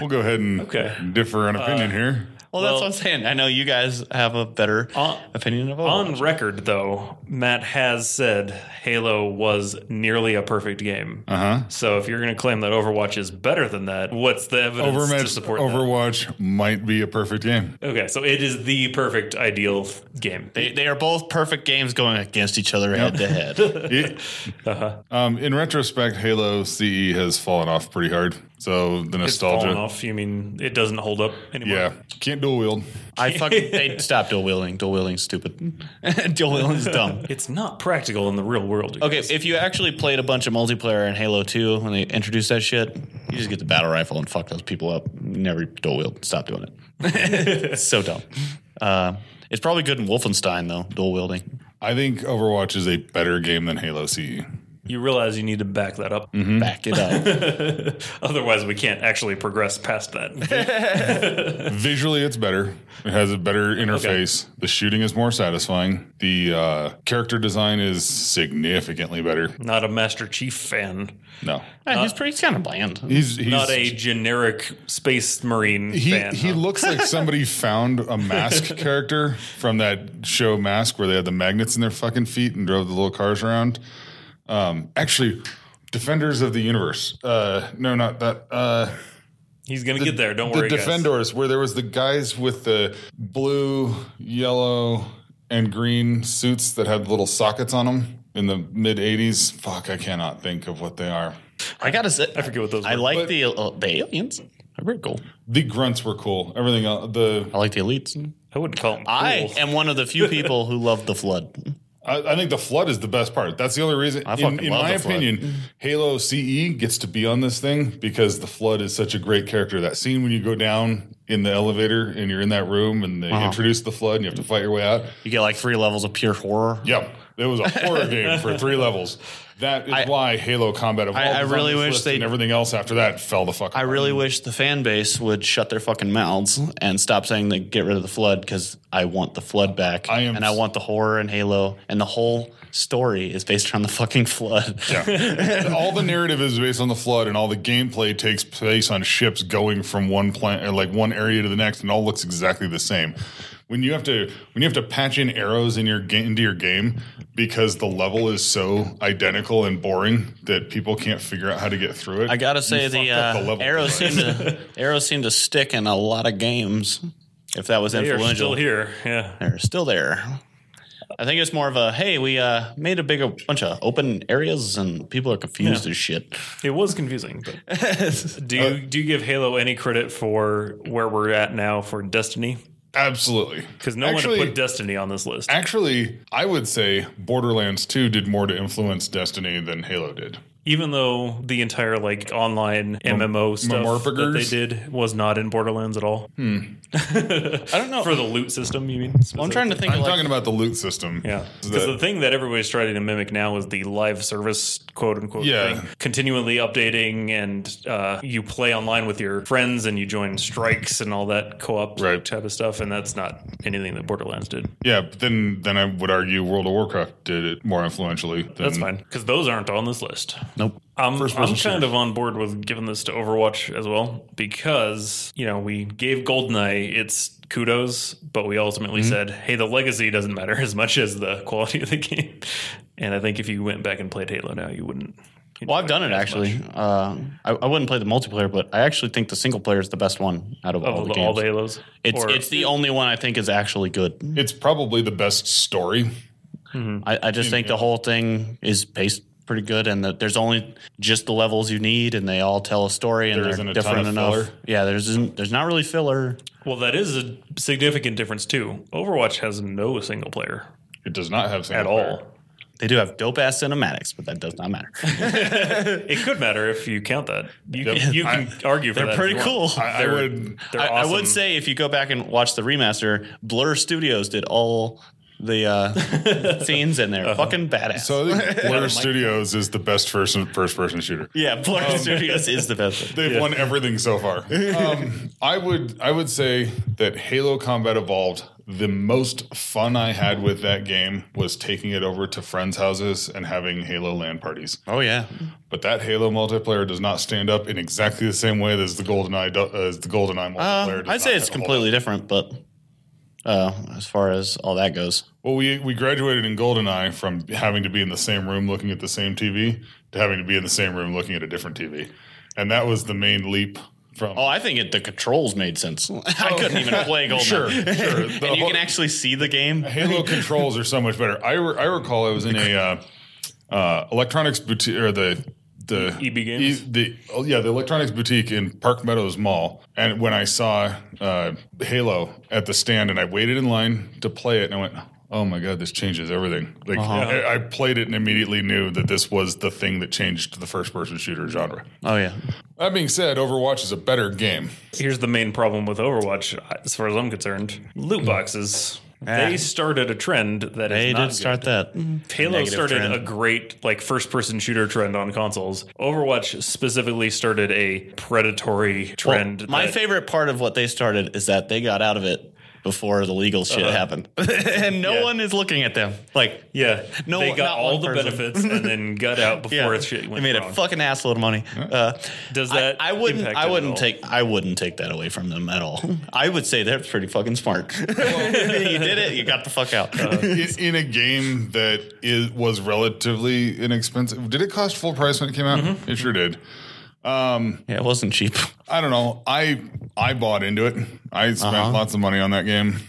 Speaker 3: We'll go ahead and
Speaker 1: Okay. Uh,
Speaker 3: differ an opinion here.
Speaker 2: Well, that's what I'm saying. I know you guys have a better
Speaker 1: On-
Speaker 2: opinion of
Speaker 1: to?
Speaker 2: Overwatch.
Speaker 1: On record, though, Matt has said Halo was nearly a perfect game.
Speaker 3: Uh huh.
Speaker 1: So if you're going to claim that Overwatch is better than that, what's the evidence to
Speaker 3: Overmatch,
Speaker 1: support
Speaker 3: Overwatch might be a perfect game.
Speaker 1: that? Okay, so it is the perfect ideal f- game.
Speaker 2: They, they are both perfect games going against each other head to head.
Speaker 3: It-
Speaker 1: Uh-huh.
Speaker 3: um, in retrospect, Halo CE has fallen off pretty hard. So the
Speaker 1: It's fallen
Speaker 3: nostalgia.
Speaker 1: off. You mean it doesn't hold up anymore?
Speaker 3: Yeah. Can't dual wield.
Speaker 2: I fucking they stop dual wielding. Dual wielding's stupid. dual wielding's dumb.
Speaker 1: It's not practical in the real world. you
Speaker 2: Okay,
Speaker 1: guys.
Speaker 2: if you actually played a bunch of multiplayer in Halo 2 when they introduced that shit, you just get the battle rifle and fuck those people up. Never dual wield. Stop doing it. it's so dumb. Uh, it's probably good in Wolfenstein though, dual wielding.
Speaker 3: I think Overwatch is a better game than Halo E. CE.
Speaker 1: You realize you need to back that up.
Speaker 3: Mm-hmm.
Speaker 2: Back it up.
Speaker 1: Otherwise, we can't actually progress past that.
Speaker 3: Visually, it's better. It has a better interface. The shooting is more satisfying. The uh, character design is significantly better.
Speaker 1: not a Master Chief fan.
Speaker 3: No,
Speaker 2: Yeah, he's pretty. He's kind of bland.
Speaker 3: he's, he's
Speaker 1: Not a generic Space Marine
Speaker 3: He,
Speaker 1: fan.
Speaker 3: he
Speaker 1: huh?
Speaker 3: looks like somebody found a mask character from that show Mask where they had the magnets in their fucking feet and drove the little cars around. Um, actually, Defenders of the Universe. Uh, no, not that. Uh,
Speaker 1: He's going to get there. Don't
Speaker 3: the
Speaker 1: worry, guys.
Speaker 3: Defenders, where there was the guys with the blue, yellow, and green suits that had little sockets on them in the mid '80s. Fuck, I cannot think of what they are.
Speaker 2: I gotta say, I
Speaker 1: forget what those
Speaker 2: I
Speaker 1: were,
Speaker 2: like the uh, the aliens. They're pretty cool.
Speaker 3: The grunts were cool. Everything else, the
Speaker 2: I like the elites.
Speaker 1: I wouldn't call him Mm-hmm. cool.
Speaker 2: I am one of the few people who love the flood.
Speaker 3: I, I think the flood is the best part. That's the only reason.
Speaker 2: I
Speaker 3: in
Speaker 2: fucking
Speaker 3: in
Speaker 2: love
Speaker 3: my
Speaker 2: the flood.
Speaker 3: opinion, Halo CE gets to be on this thing because the flood is such a great character. That scene when you go down in the elevator and you're in that room and
Speaker 2: Uh-huh.
Speaker 3: they introduce the flood and you have to fight your way out.
Speaker 2: You get like three levels of pure horror.
Speaker 3: Yep, it was a horror game for three levels. That is why Halo Combat evolved.
Speaker 2: I
Speaker 3: was on
Speaker 2: really
Speaker 3: this
Speaker 2: wish
Speaker 3: list
Speaker 2: they-
Speaker 3: and everything else after that fell the fuck.
Speaker 2: I really wish the fan base would shut their fucking mouths and stop saying that get rid of the flood because I want the flood back.
Speaker 3: I am-
Speaker 2: and I want the horror in Halo, and the whole story is based around the fucking flood.
Speaker 3: Yeah. all the narrative is based on the flood, and all the gameplay takes place on ships going from one planet, like one area to the next, and all looks exactly the same. When you have to when you have to patch in arrows in your game into your game because the level is so identical and boring that people can't figure out how to get through it.
Speaker 2: I gotta say the,
Speaker 3: fucked up the
Speaker 2: uh,
Speaker 3: level
Speaker 2: arrows seem to arrows seem to stick in a lot of games. If that was
Speaker 1: They are
Speaker 2: influential,
Speaker 1: still here. Yeah.
Speaker 2: they're still there. I think it's more of a hey, we uh, made a big a bunch of open areas and people are confused as shit.
Speaker 1: It was confusing. But do you do you give Halo any credit for where we're at now for Destiny?
Speaker 3: Absolutely,
Speaker 1: Because no one would put Destiny on this list.
Speaker 3: Actually, I would say Borderlands 2 did more to influence Destiny than Halo did.
Speaker 1: even though the entire like online MMO stuff that they
Speaker 3: Mamorphagers?
Speaker 1: did was not in Borderlands at all.
Speaker 2: I don't know.
Speaker 1: For the loot system, you mean?
Speaker 2: I'm trying to think.
Speaker 3: I'm
Speaker 2: of like,
Speaker 3: talking about the loot system.
Speaker 1: Yeah,
Speaker 3: So
Speaker 1: because
Speaker 3: that-
Speaker 1: the thing that everybody's trying to mimic now is the live service, quote unquote,
Speaker 3: Yeah.
Speaker 1: thing. continually updating, and uh, you play online with your friends, and you join strikes and all that co-op
Speaker 3: Right.
Speaker 1: type of stuff, and that's not anything that Borderlands did.
Speaker 3: yeah, but then then I would argue World of Warcraft did it more influentially. Than,
Speaker 1: That's fine because those aren't on this list.
Speaker 2: nope.
Speaker 1: I'm, I'm kind of on board with giving this to Overwatch as well because, you know, we gave Goldeneye its kudos, but we ultimately
Speaker 3: Mm-hmm.
Speaker 1: said, hey, the legacy doesn't matter as much as the quality of the game. And I think if you went back and played Halo now, you wouldn't.
Speaker 2: Well, I've done it actually. Uh, I, I wouldn't play the multiplayer, but I actually think the single player is the best one out of all
Speaker 1: All
Speaker 2: the
Speaker 1: the,
Speaker 2: games.
Speaker 1: all the Halos.
Speaker 2: it's
Speaker 1: Or-
Speaker 2: it's the only one I think is actually good.
Speaker 3: Mm-hmm. It's probably the best story.
Speaker 2: I, I just think the whole thing is based pretty good, and that there's only just the levels you need, and they all tell a story, and
Speaker 3: There
Speaker 2: they're
Speaker 3: isn't a ton
Speaker 2: different
Speaker 3: of
Speaker 2: enough.
Speaker 3: filler.
Speaker 2: Yeah, there's isn't, there's not really filler.
Speaker 1: Well, that is a significant difference too. Overwatch has no single player
Speaker 3: It does not have
Speaker 1: at
Speaker 3: single player.
Speaker 1: all.
Speaker 2: They do have dope ass cinematics, but that does not matter.
Speaker 1: It could matter if you count that. You can, you can argue for
Speaker 2: They're
Speaker 1: that. if
Speaker 2: pretty
Speaker 1: you want.
Speaker 2: cool.
Speaker 3: I, I
Speaker 1: They're-
Speaker 3: would.
Speaker 1: They're
Speaker 2: I, I
Speaker 1: awesome.
Speaker 2: would say if you go back and watch the remaster, Blur Studios did all the uh, scenes and they're fucking badass.
Speaker 3: So I think Blur Studios is the best first first person shooter.
Speaker 2: yeah, Blur Studios is the best.
Speaker 3: They've won everything so far. Um, I would I would say that Halo Combat Evolved. The most fun I had with that game was taking it over to friends' houses and having Halo land parties.
Speaker 2: Oh yeah,
Speaker 3: But that Halo multiplayer does not stand up in exactly the same way as the GoldenEye do- as the GoldenEye multiplayer.
Speaker 2: uh,
Speaker 3: does
Speaker 2: I'd say
Speaker 3: not
Speaker 2: it's
Speaker 3: hold up.
Speaker 2: completely different, but uh, as far as all that goes,
Speaker 3: Well, we we graduated in GoldenEye from having to be in the same room looking at the same TV to having to be in the same room looking at a different TV, and that was the main leap from.
Speaker 2: oh, I think it, the controls made sense. I couldn't even play Goldeneye.
Speaker 3: Sure, sure. The
Speaker 2: and you
Speaker 3: whole-
Speaker 2: can actually see the game.
Speaker 3: Halo controls are so much better. I, re- I recall I was in a uh, uh, electronics boutique or the the
Speaker 1: EB Games?
Speaker 3: the oh, yeah the electronics boutique in Park Meadows Mall, and when I saw uh, Halo at the stand, and I waited in line to play it, and I went. Oh my God! This changes everything. Like I, I played it and immediately knew that this was the thing that changed the first-person shooter genre.
Speaker 2: Oh yeah,
Speaker 3: That being said, Overwatch is a better game.
Speaker 1: Here's the main problem with Overwatch, as far as I'm concerned: loot boxes. They started a trend that
Speaker 2: Hmm. Eh. they
Speaker 1: is not
Speaker 2: did start that.
Speaker 1: good. Halo
Speaker 2: Mm-hmm. negative
Speaker 1: started
Speaker 2: trend.
Speaker 1: a great like first-person shooter trend on consoles. Overwatch specifically started a predatory trend.
Speaker 2: my
Speaker 1: that-
Speaker 2: favorite part of what they started is that they got out of it before the legal shit happened, Uh-huh. and no
Speaker 1: Yeah.
Speaker 2: one is looking at them. Like,
Speaker 1: Yeah,
Speaker 2: No,
Speaker 1: they got
Speaker 2: not
Speaker 1: all
Speaker 2: one
Speaker 1: the
Speaker 2: person.
Speaker 1: benefits and then got out before shit went
Speaker 2: they made
Speaker 1: wrong.
Speaker 2: a fucking assload of money. Uh,
Speaker 1: Does that
Speaker 2: I, I wouldn't.
Speaker 1: impact it
Speaker 2: I
Speaker 1: at
Speaker 2: wouldn't
Speaker 1: all?
Speaker 2: take. I wouldn't take that away from them at all. I would say they're pretty fucking smart. you did it. You got the fuck out.
Speaker 1: Uh-huh.
Speaker 3: in, in a game that is, was relatively inexpensive. Did it cost full price when it came out?
Speaker 2: Mm-hmm.
Speaker 3: It sure did.
Speaker 2: yeah, it wasn't cheap.
Speaker 3: I don't know. I I bought into it. I spent
Speaker 2: Uh-huh.
Speaker 3: lots of money on that game,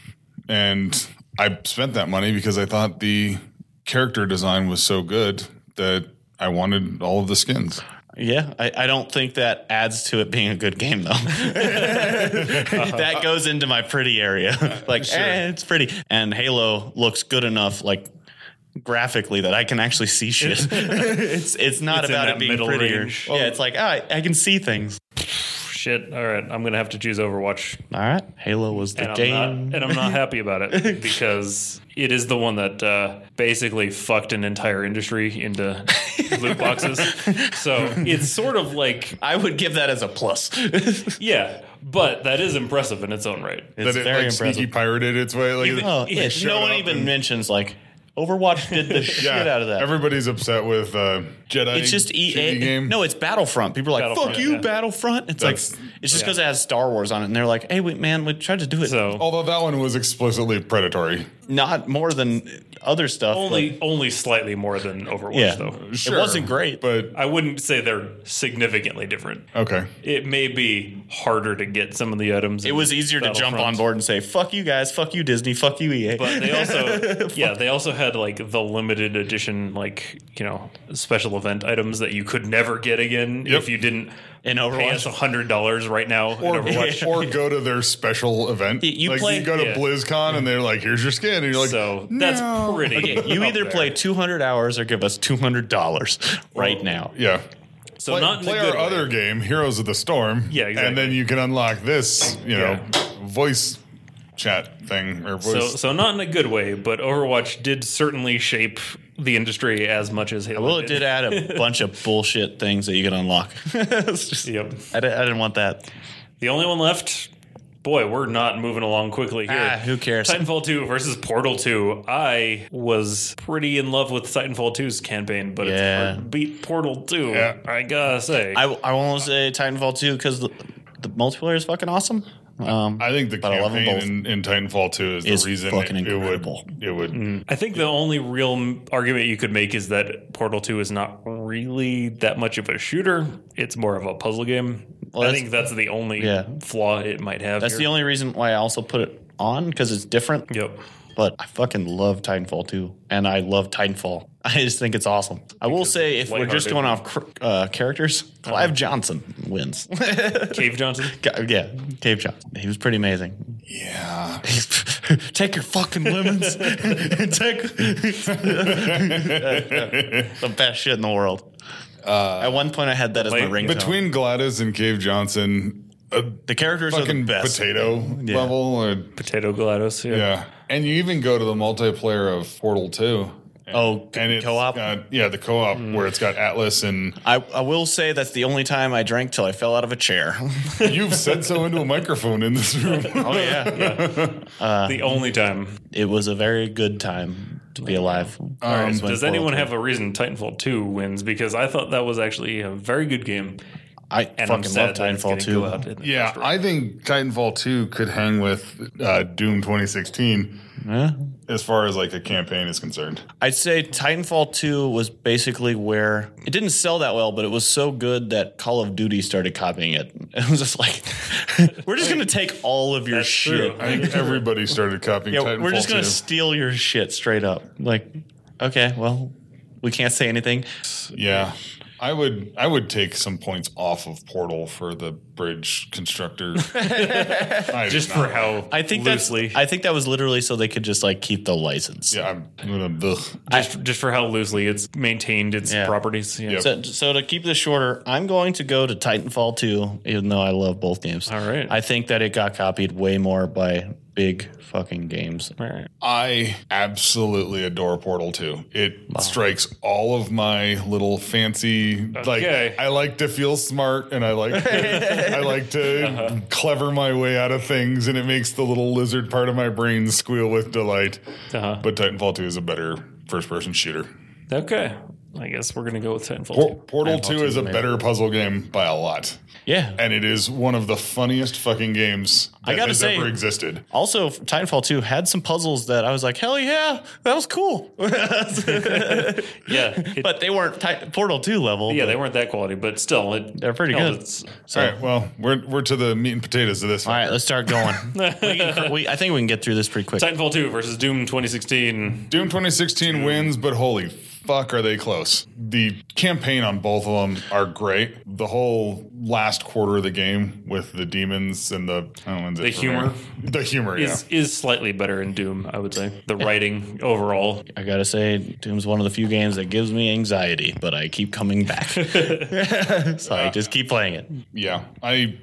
Speaker 3: and I spent that money because I thought the character design was so good that I wanted all of the skins.
Speaker 2: Yeah, I, I don't think that adds to it being a good game though. that goes into my pretty area. like, eh, it's pretty, and Halo looks good enough, like graphically, that I can actually see shit. it's it's not
Speaker 1: It's in
Speaker 2: about
Speaker 1: that
Speaker 2: it being
Speaker 1: middle
Speaker 2: prettier.
Speaker 1: range.
Speaker 2: yeah, it's like ah, I, I can see things.
Speaker 1: Shit. All right, I'm gonna have to choose Overwatch,
Speaker 2: All right, Halo was the
Speaker 1: and I'm,
Speaker 2: game.
Speaker 1: not, and I'm not happy about it because it is the one that uh, basically fucked an entire industry into loot boxes. So it's sort of like
Speaker 2: I would give that as a plus.
Speaker 1: yeah, but that is impressive in its own right.
Speaker 2: It's
Speaker 3: that it
Speaker 2: very
Speaker 3: like
Speaker 2: impressive.
Speaker 3: sneaky pirated its way. Like
Speaker 1: Even-
Speaker 2: oh,
Speaker 1: it
Speaker 2: yeah,
Speaker 1: showed
Speaker 2: no one
Speaker 3: up
Speaker 2: even
Speaker 3: and-
Speaker 2: mentions like Overwatch did the shit out of that.
Speaker 3: Everybody's upset with uh, Jedi.
Speaker 2: it's just EA.
Speaker 3: shooting game.
Speaker 2: No, it's Battlefront. People are like,
Speaker 1: Battlefront,
Speaker 2: "Fuck you,
Speaker 1: yeah.
Speaker 2: Battlefront." It's
Speaker 3: That's-
Speaker 2: like it's just because it has Star Wars on it, and they're like, "Hey, we, man, we tried to do it
Speaker 1: So
Speaker 3: Although that one was explicitly predatory.
Speaker 2: not more than other stuff."
Speaker 1: only only slightly more than Overwatch
Speaker 2: Yeah.
Speaker 1: though.
Speaker 3: Sure,
Speaker 2: wasn't great.
Speaker 3: but
Speaker 1: I wouldn't say they're significantly different.
Speaker 3: okay.
Speaker 1: It may be harder to get some of the items.
Speaker 2: it was easier to jump on board and say, "Fuck you guys, fuck you Disney, fuck you E EA."
Speaker 1: But they also, yeah, they also had like the limited edition, like you know, special event items that you could never get again
Speaker 3: Yep.
Speaker 1: if you didn't
Speaker 2: In
Speaker 1: pay us
Speaker 2: Overwatch.
Speaker 1: hundred dollars right now
Speaker 3: or,
Speaker 1: in Overwatch.
Speaker 3: or go to their special event.
Speaker 2: You- you
Speaker 3: like
Speaker 2: play-
Speaker 3: you go to
Speaker 1: yeah.
Speaker 3: BlizzCon and they're like, "Here's your skin," and you're like,
Speaker 1: so that's
Speaker 3: "No."
Speaker 1: pretty.
Speaker 2: Okay, you
Speaker 1: up
Speaker 2: either
Speaker 1: there.
Speaker 2: play 200 hours or give us $200 right now.
Speaker 3: Yeah.
Speaker 1: so
Speaker 3: Play,
Speaker 1: not in a
Speaker 3: play
Speaker 1: good
Speaker 3: our
Speaker 1: way.
Speaker 3: other game, Heroes of the Storm.
Speaker 1: Yeah,
Speaker 3: And
Speaker 1: exactly.
Speaker 3: then you can unlock this, you know,
Speaker 1: Yeah.
Speaker 3: voice chat thing or
Speaker 1: So,
Speaker 3: voice.
Speaker 1: so not in a good way, but Overwatch did certainly shape the industry as much as Halo.
Speaker 2: Well, it did add a bunch of bullshit things that you could unlock. It's just-
Speaker 1: Yep.
Speaker 2: I, di- I didn't want that.
Speaker 1: The only one left. Boy, we're not moving along quickly here.
Speaker 2: Ah, who cares?
Speaker 1: Titanfall 2 versus Portal 2. I was pretty in love with Titanfall 2's campaign, but
Speaker 2: Yeah.
Speaker 1: it's hard to beat Portal 2.
Speaker 3: Yeah.
Speaker 1: I gotta say.
Speaker 2: I, I want to say Titanfall 2 because the, the multiplayer is fucking awesome. Um,
Speaker 3: I think the
Speaker 2: But I love 'em
Speaker 3: campaign
Speaker 2: both.
Speaker 3: in, in Titanfall 2 is the
Speaker 2: Is
Speaker 3: reason
Speaker 2: fucking
Speaker 3: it, it
Speaker 2: incredible.
Speaker 3: would. It would.
Speaker 1: I think the only real m- argument you could make is that Portal 2 is not really that much of a shooter. It's more of a puzzle game.
Speaker 2: Well,
Speaker 1: I
Speaker 2: that's-
Speaker 1: think that's the only
Speaker 2: Yeah.
Speaker 1: flaw it might have.
Speaker 2: that's the only reason why I also put it on because it's different.
Speaker 1: the only. Yep.
Speaker 2: But I fucking love Titanfall 2, and I love Titanfall. I just think it's awesome. I will say, if we're
Speaker 1: lighthearted.
Speaker 2: just going off cr- uh, characters, Clive Johnson wins.
Speaker 1: Cave Johnson.
Speaker 2: Ca- yeah, Cave Johnson. He was pretty amazing.
Speaker 3: Yeah.
Speaker 2: take your fucking lemons. and take the best shit in the world. At one point, I had that as my
Speaker 1: like,
Speaker 2: ringtone.
Speaker 3: Uh, Between Gladys and Cave Johnson, a
Speaker 2: the characters are the
Speaker 3: fucking
Speaker 2: best.
Speaker 3: potato
Speaker 2: Yeah.
Speaker 3: level. Or,
Speaker 1: Potato Glados. Yeah.
Speaker 3: yeah. And you even go to the multiplayer of Portal 2.
Speaker 2: Oh,
Speaker 3: And it's
Speaker 2: co-op. Mm.
Speaker 3: got- yeah, the co op where it's got Atlas and
Speaker 2: I, I will say that's the only time I drank till I fell out of a chair.
Speaker 3: you've said so into a microphone in this room.
Speaker 2: oh yeah,
Speaker 1: The only time.
Speaker 2: it was a very good time to be alive.
Speaker 3: Um,
Speaker 2: When
Speaker 1: Does
Speaker 2: Portal
Speaker 1: anyone
Speaker 2: came-
Speaker 1: have a reason Titanfall 2 wins? Because I thought that was actually a very good game.
Speaker 2: I
Speaker 1: And I'm
Speaker 2: fucking love
Speaker 1: sad that it's
Speaker 2: Titanfall
Speaker 1: gonna go out
Speaker 2: too.
Speaker 1: in the
Speaker 3: yeah,
Speaker 1: first round.
Speaker 3: I think Titanfall 2 could hang with uh, Doom 2016
Speaker 2: Yeah.
Speaker 3: as far as like a campaign is concerned.
Speaker 2: I'd say Titanfall two was basically where it didn't sell that well, but it was so good that Call of Duty started copying it. It was just like, we're just gonna take all of your
Speaker 1: That's
Speaker 2: shit.
Speaker 1: true.
Speaker 3: I think everybody started copying
Speaker 2: Yeah,
Speaker 3: Titanfall
Speaker 2: we're just gonna
Speaker 3: 2.
Speaker 2: steal your shit straight up. Like, okay, well, we can't say anything.
Speaker 3: Yeah. I would I would take some points off of Portal for the bridge constructor.
Speaker 1: Just for how
Speaker 2: I think
Speaker 1: loosely.
Speaker 2: that's. I think that was literally so they could just like keep the license.
Speaker 3: yeah, I'm gonna ugh.
Speaker 1: just, just for how loosely it's maintained its
Speaker 2: Yeah.
Speaker 1: properties. Yeah.
Speaker 3: Yep.
Speaker 2: So, so to keep this shorter, I'm going to go to Titanfall 2, even though I love both games.
Speaker 1: All right.
Speaker 2: I think that it got copied way more by big fucking games.
Speaker 1: All right.
Speaker 3: I absolutely adore Portal 2. It strikes all of my little fancy
Speaker 1: Okay.
Speaker 3: like I like to feel smart and I like to, I like to clever my way out of things and it makes the little lizard part of my brain squeal with delight.
Speaker 1: Uh-huh.
Speaker 3: But Titanfall 2 is a better first person shooter.
Speaker 1: Okay. I guess we're gonna go with Titanfall.
Speaker 3: Por-
Speaker 1: 2.
Speaker 3: Portal 2 is a better puzzle game by a lot.
Speaker 2: Yeah.
Speaker 3: and it is one of the funniest fucking games that
Speaker 2: I gotta
Speaker 3: has
Speaker 2: say-
Speaker 3: ever existed.
Speaker 2: also, Titanfall 2 had some puzzles that I was like, hell yeah, that was cool.
Speaker 1: Yeah. It-
Speaker 2: but they weren't Titan- Portal 2 level.
Speaker 1: yeah,
Speaker 2: but
Speaker 1: they weren't that quality, but still, it,
Speaker 2: They're pretty
Speaker 1: held
Speaker 2: good.
Speaker 1: its-
Speaker 2: so-
Speaker 3: All right, well, we're we're to the meat and potatoes of this.
Speaker 2: All right, let's start going. we can, we, I think we can get through this pretty quick.
Speaker 1: Titanfall 2 versus Doom 2016.
Speaker 3: Doom 2016 wins, but holy fuck, are they close? The campaign on both of them are great. The whole last quarter of the game with the demons and the oh, when's it
Speaker 1: The
Speaker 3: premiere?
Speaker 1: humor.
Speaker 3: the humor, yeah.
Speaker 1: Is is slightly better in Doom, I would say. The writing overall.
Speaker 2: I gotta say, Doom's one of the few games that gives me anxiety, but I keep coming back. so I just keep playing it.
Speaker 3: yeah, I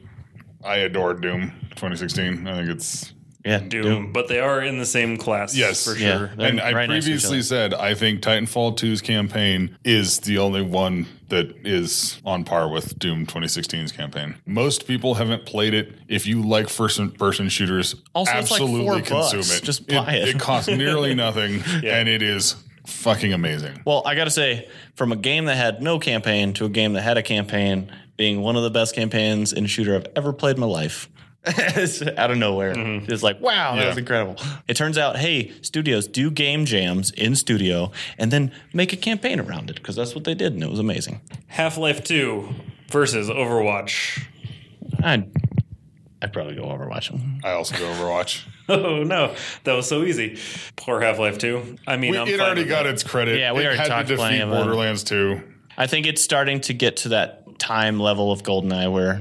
Speaker 3: I adore Doom 2016. I think it's
Speaker 2: Yeah,
Speaker 1: Doom, but they are in the same class.
Speaker 3: Yes.
Speaker 1: for
Speaker 2: Yeah,
Speaker 1: sure.
Speaker 2: they're
Speaker 3: and I
Speaker 2: right next to each
Speaker 3: previously
Speaker 2: other.
Speaker 3: said I think Titanfall 2's campaign is the only one that is on par with Doom 2016's campaign. Most people haven't played it. If you like first-person shooters,
Speaker 2: Also, it's like
Speaker 3: absolutely
Speaker 2: four
Speaker 3: consume
Speaker 2: bucks.
Speaker 3: it.
Speaker 2: Just buy it.
Speaker 3: It costs nearly nothing, and it is fucking amazing.
Speaker 2: Well, I got to say, from a game that had no campaign to a game that had a campaign, being one of the best campaigns in shooter I've ever played in my life. It's out of nowhere. It's like, wow, that
Speaker 3: Yeah.
Speaker 2: was incredible. It turns out, hey, studios do game jams in studio and then make a campaign around it because that's what they did and it was amazing.
Speaker 1: Half Life 2 versus Overwatch.
Speaker 2: I'd, I'd probably go Overwatch.
Speaker 3: I also go Overwatch.
Speaker 1: Oh no, that was so easy. Poor Half Life 2. I mean,
Speaker 3: We-
Speaker 1: I'm
Speaker 3: it
Speaker 1: fine
Speaker 3: already
Speaker 1: with
Speaker 3: got
Speaker 1: that.
Speaker 3: its credit.
Speaker 2: Yeah, we
Speaker 3: It
Speaker 2: already
Speaker 3: had
Speaker 2: talked
Speaker 3: to
Speaker 2: plenty
Speaker 3: defeat
Speaker 2: about it.
Speaker 3: Borderlands 2.
Speaker 2: I think it's starting to get to that time level of GoldenEye where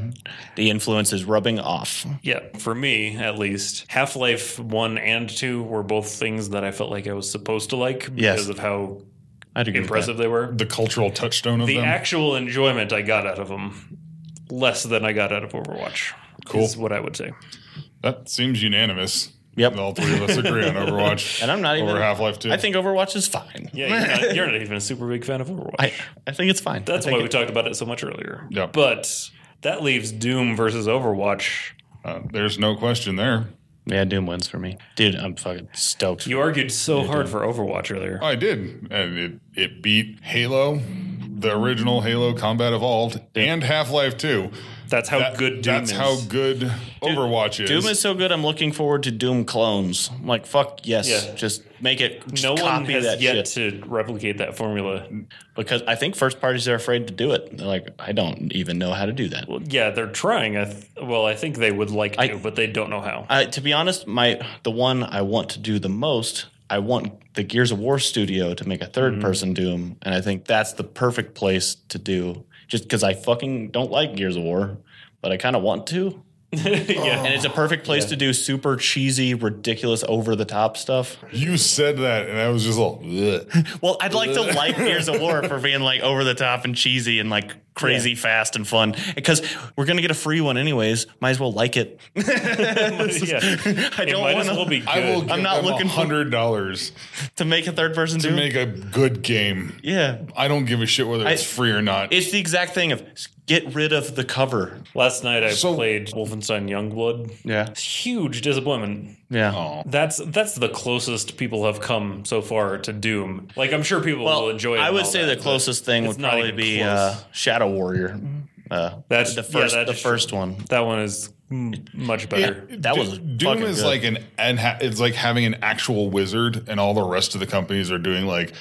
Speaker 2: the influence is rubbing off.
Speaker 1: Yeah, for me at least, Half Life 1 and 2 were both things that I felt like I was supposed to like because
Speaker 2: Yes.
Speaker 1: of how
Speaker 2: I'd agree. with that.
Speaker 1: impressive they were.
Speaker 3: The cultural touchstone of
Speaker 1: The
Speaker 3: them.
Speaker 1: actual enjoyment I got out of them less than I got out of Overwatch.
Speaker 3: Cool.
Speaker 1: Is what I would say.
Speaker 3: that seems unanimous.
Speaker 2: Yep.
Speaker 3: All three of us agree on Overwatch.
Speaker 2: And I'm not
Speaker 3: over
Speaker 2: even-
Speaker 3: Half Life 2.
Speaker 2: I think Overwatch is fine.
Speaker 1: Yeah, you're not, you're not even a super big fan of Overwatch.
Speaker 2: I, I think it's fine.
Speaker 1: That's
Speaker 2: I think
Speaker 1: why we talked about it so much earlier.
Speaker 3: Yeah.
Speaker 1: But that leaves Doom versus Overwatch.
Speaker 3: Uh, there's no question there.
Speaker 2: Yeah, Doom wins for me. Dude, I'm fucking stoked.
Speaker 1: You argued so hard for Overwatch earlier.
Speaker 3: I did, and it it beat Halo, the original Halo Combat Evolved and Half Life Two.
Speaker 1: That's how
Speaker 3: That-
Speaker 1: good Doom
Speaker 3: that's
Speaker 1: is.
Speaker 3: how good Overwatch is.
Speaker 2: Doom is so good. I'm looking forward to Doom clones. I'm like, fuck yes,
Speaker 1: Yeah.
Speaker 2: just make it. Just
Speaker 1: no one
Speaker 2: copy
Speaker 1: has
Speaker 2: that
Speaker 1: yet
Speaker 2: shit.
Speaker 1: to replicate that formula.
Speaker 2: because I think first parties are afraid to do it. They're like, I don't even know how to do that.
Speaker 1: Well, yeah, they're trying. I th- well, I think they would like to,
Speaker 2: I-
Speaker 1: but they don't know how.
Speaker 2: I, to be honest, my the one I want to do the most, I want the Gears of War studio to make a 3rd
Speaker 1: Mm-hmm.
Speaker 2: person Doom, and I think that's the perfect place to do. Just because I fucking don't like Gears of War, but I kind of want to,
Speaker 1: yeah,
Speaker 2: and it's a perfect place to do super cheesy, ridiculous, over the top stuff.
Speaker 3: you said that, and I was just like, "Bleh."
Speaker 2: Well, I'd like to like Gears of War for being like over the top and cheesy and like crazy fast and fun because we're gonna get a free one anyways. Might as well like it.
Speaker 1: yeah.
Speaker 2: I
Speaker 1: It
Speaker 2: don't
Speaker 1: might
Speaker 2: want
Speaker 1: as well be good.
Speaker 3: I will. Give
Speaker 2: I'm not
Speaker 3: them
Speaker 2: looking for-
Speaker 3: hundred dollars
Speaker 2: to make a third person
Speaker 3: to
Speaker 2: Doom.
Speaker 3: make a good game.
Speaker 2: yeah,
Speaker 3: I don't give a shit whether it's free or not.
Speaker 2: it's the exact thing of get rid of the cover.
Speaker 1: Last night I
Speaker 3: So-
Speaker 1: played Wolfenstein Youngblood.
Speaker 2: Yeah,
Speaker 1: Huge disappointment.
Speaker 2: yeah.
Speaker 3: Oh.
Speaker 1: That's that's the closest people have come so far to Doom. Like I'm sure people
Speaker 2: Well,
Speaker 1: will enjoy. it
Speaker 2: I
Speaker 1: and
Speaker 2: would
Speaker 1: all
Speaker 2: say
Speaker 1: that,
Speaker 2: the
Speaker 1: but
Speaker 2: closest thing
Speaker 1: it's
Speaker 2: would
Speaker 1: not
Speaker 2: probably
Speaker 1: even
Speaker 2: be
Speaker 1: close.
Speaker 2: uh, Shadow Warrior. Uh,
Speaker 1: That's-
Speaker 2: the
Speaker 1: yeah,
Speaker 2: first,
Speaker 1: that's
Speaker 2: the
Speaker 1: true.
Speaker 2: first one.
Speaker 1: that one is mm, much better.
Speaker 3: Yeah,
Speaker 2: That
Speaker 3: Do-
Speaker 2: was
Speaker 3: Doom
Speaker 2: fucking
Speaker 3: is
Speaker 2: good.
Speaker 3: like an and ha- it's like having an actual wizard, and all the rest of the companies are doing like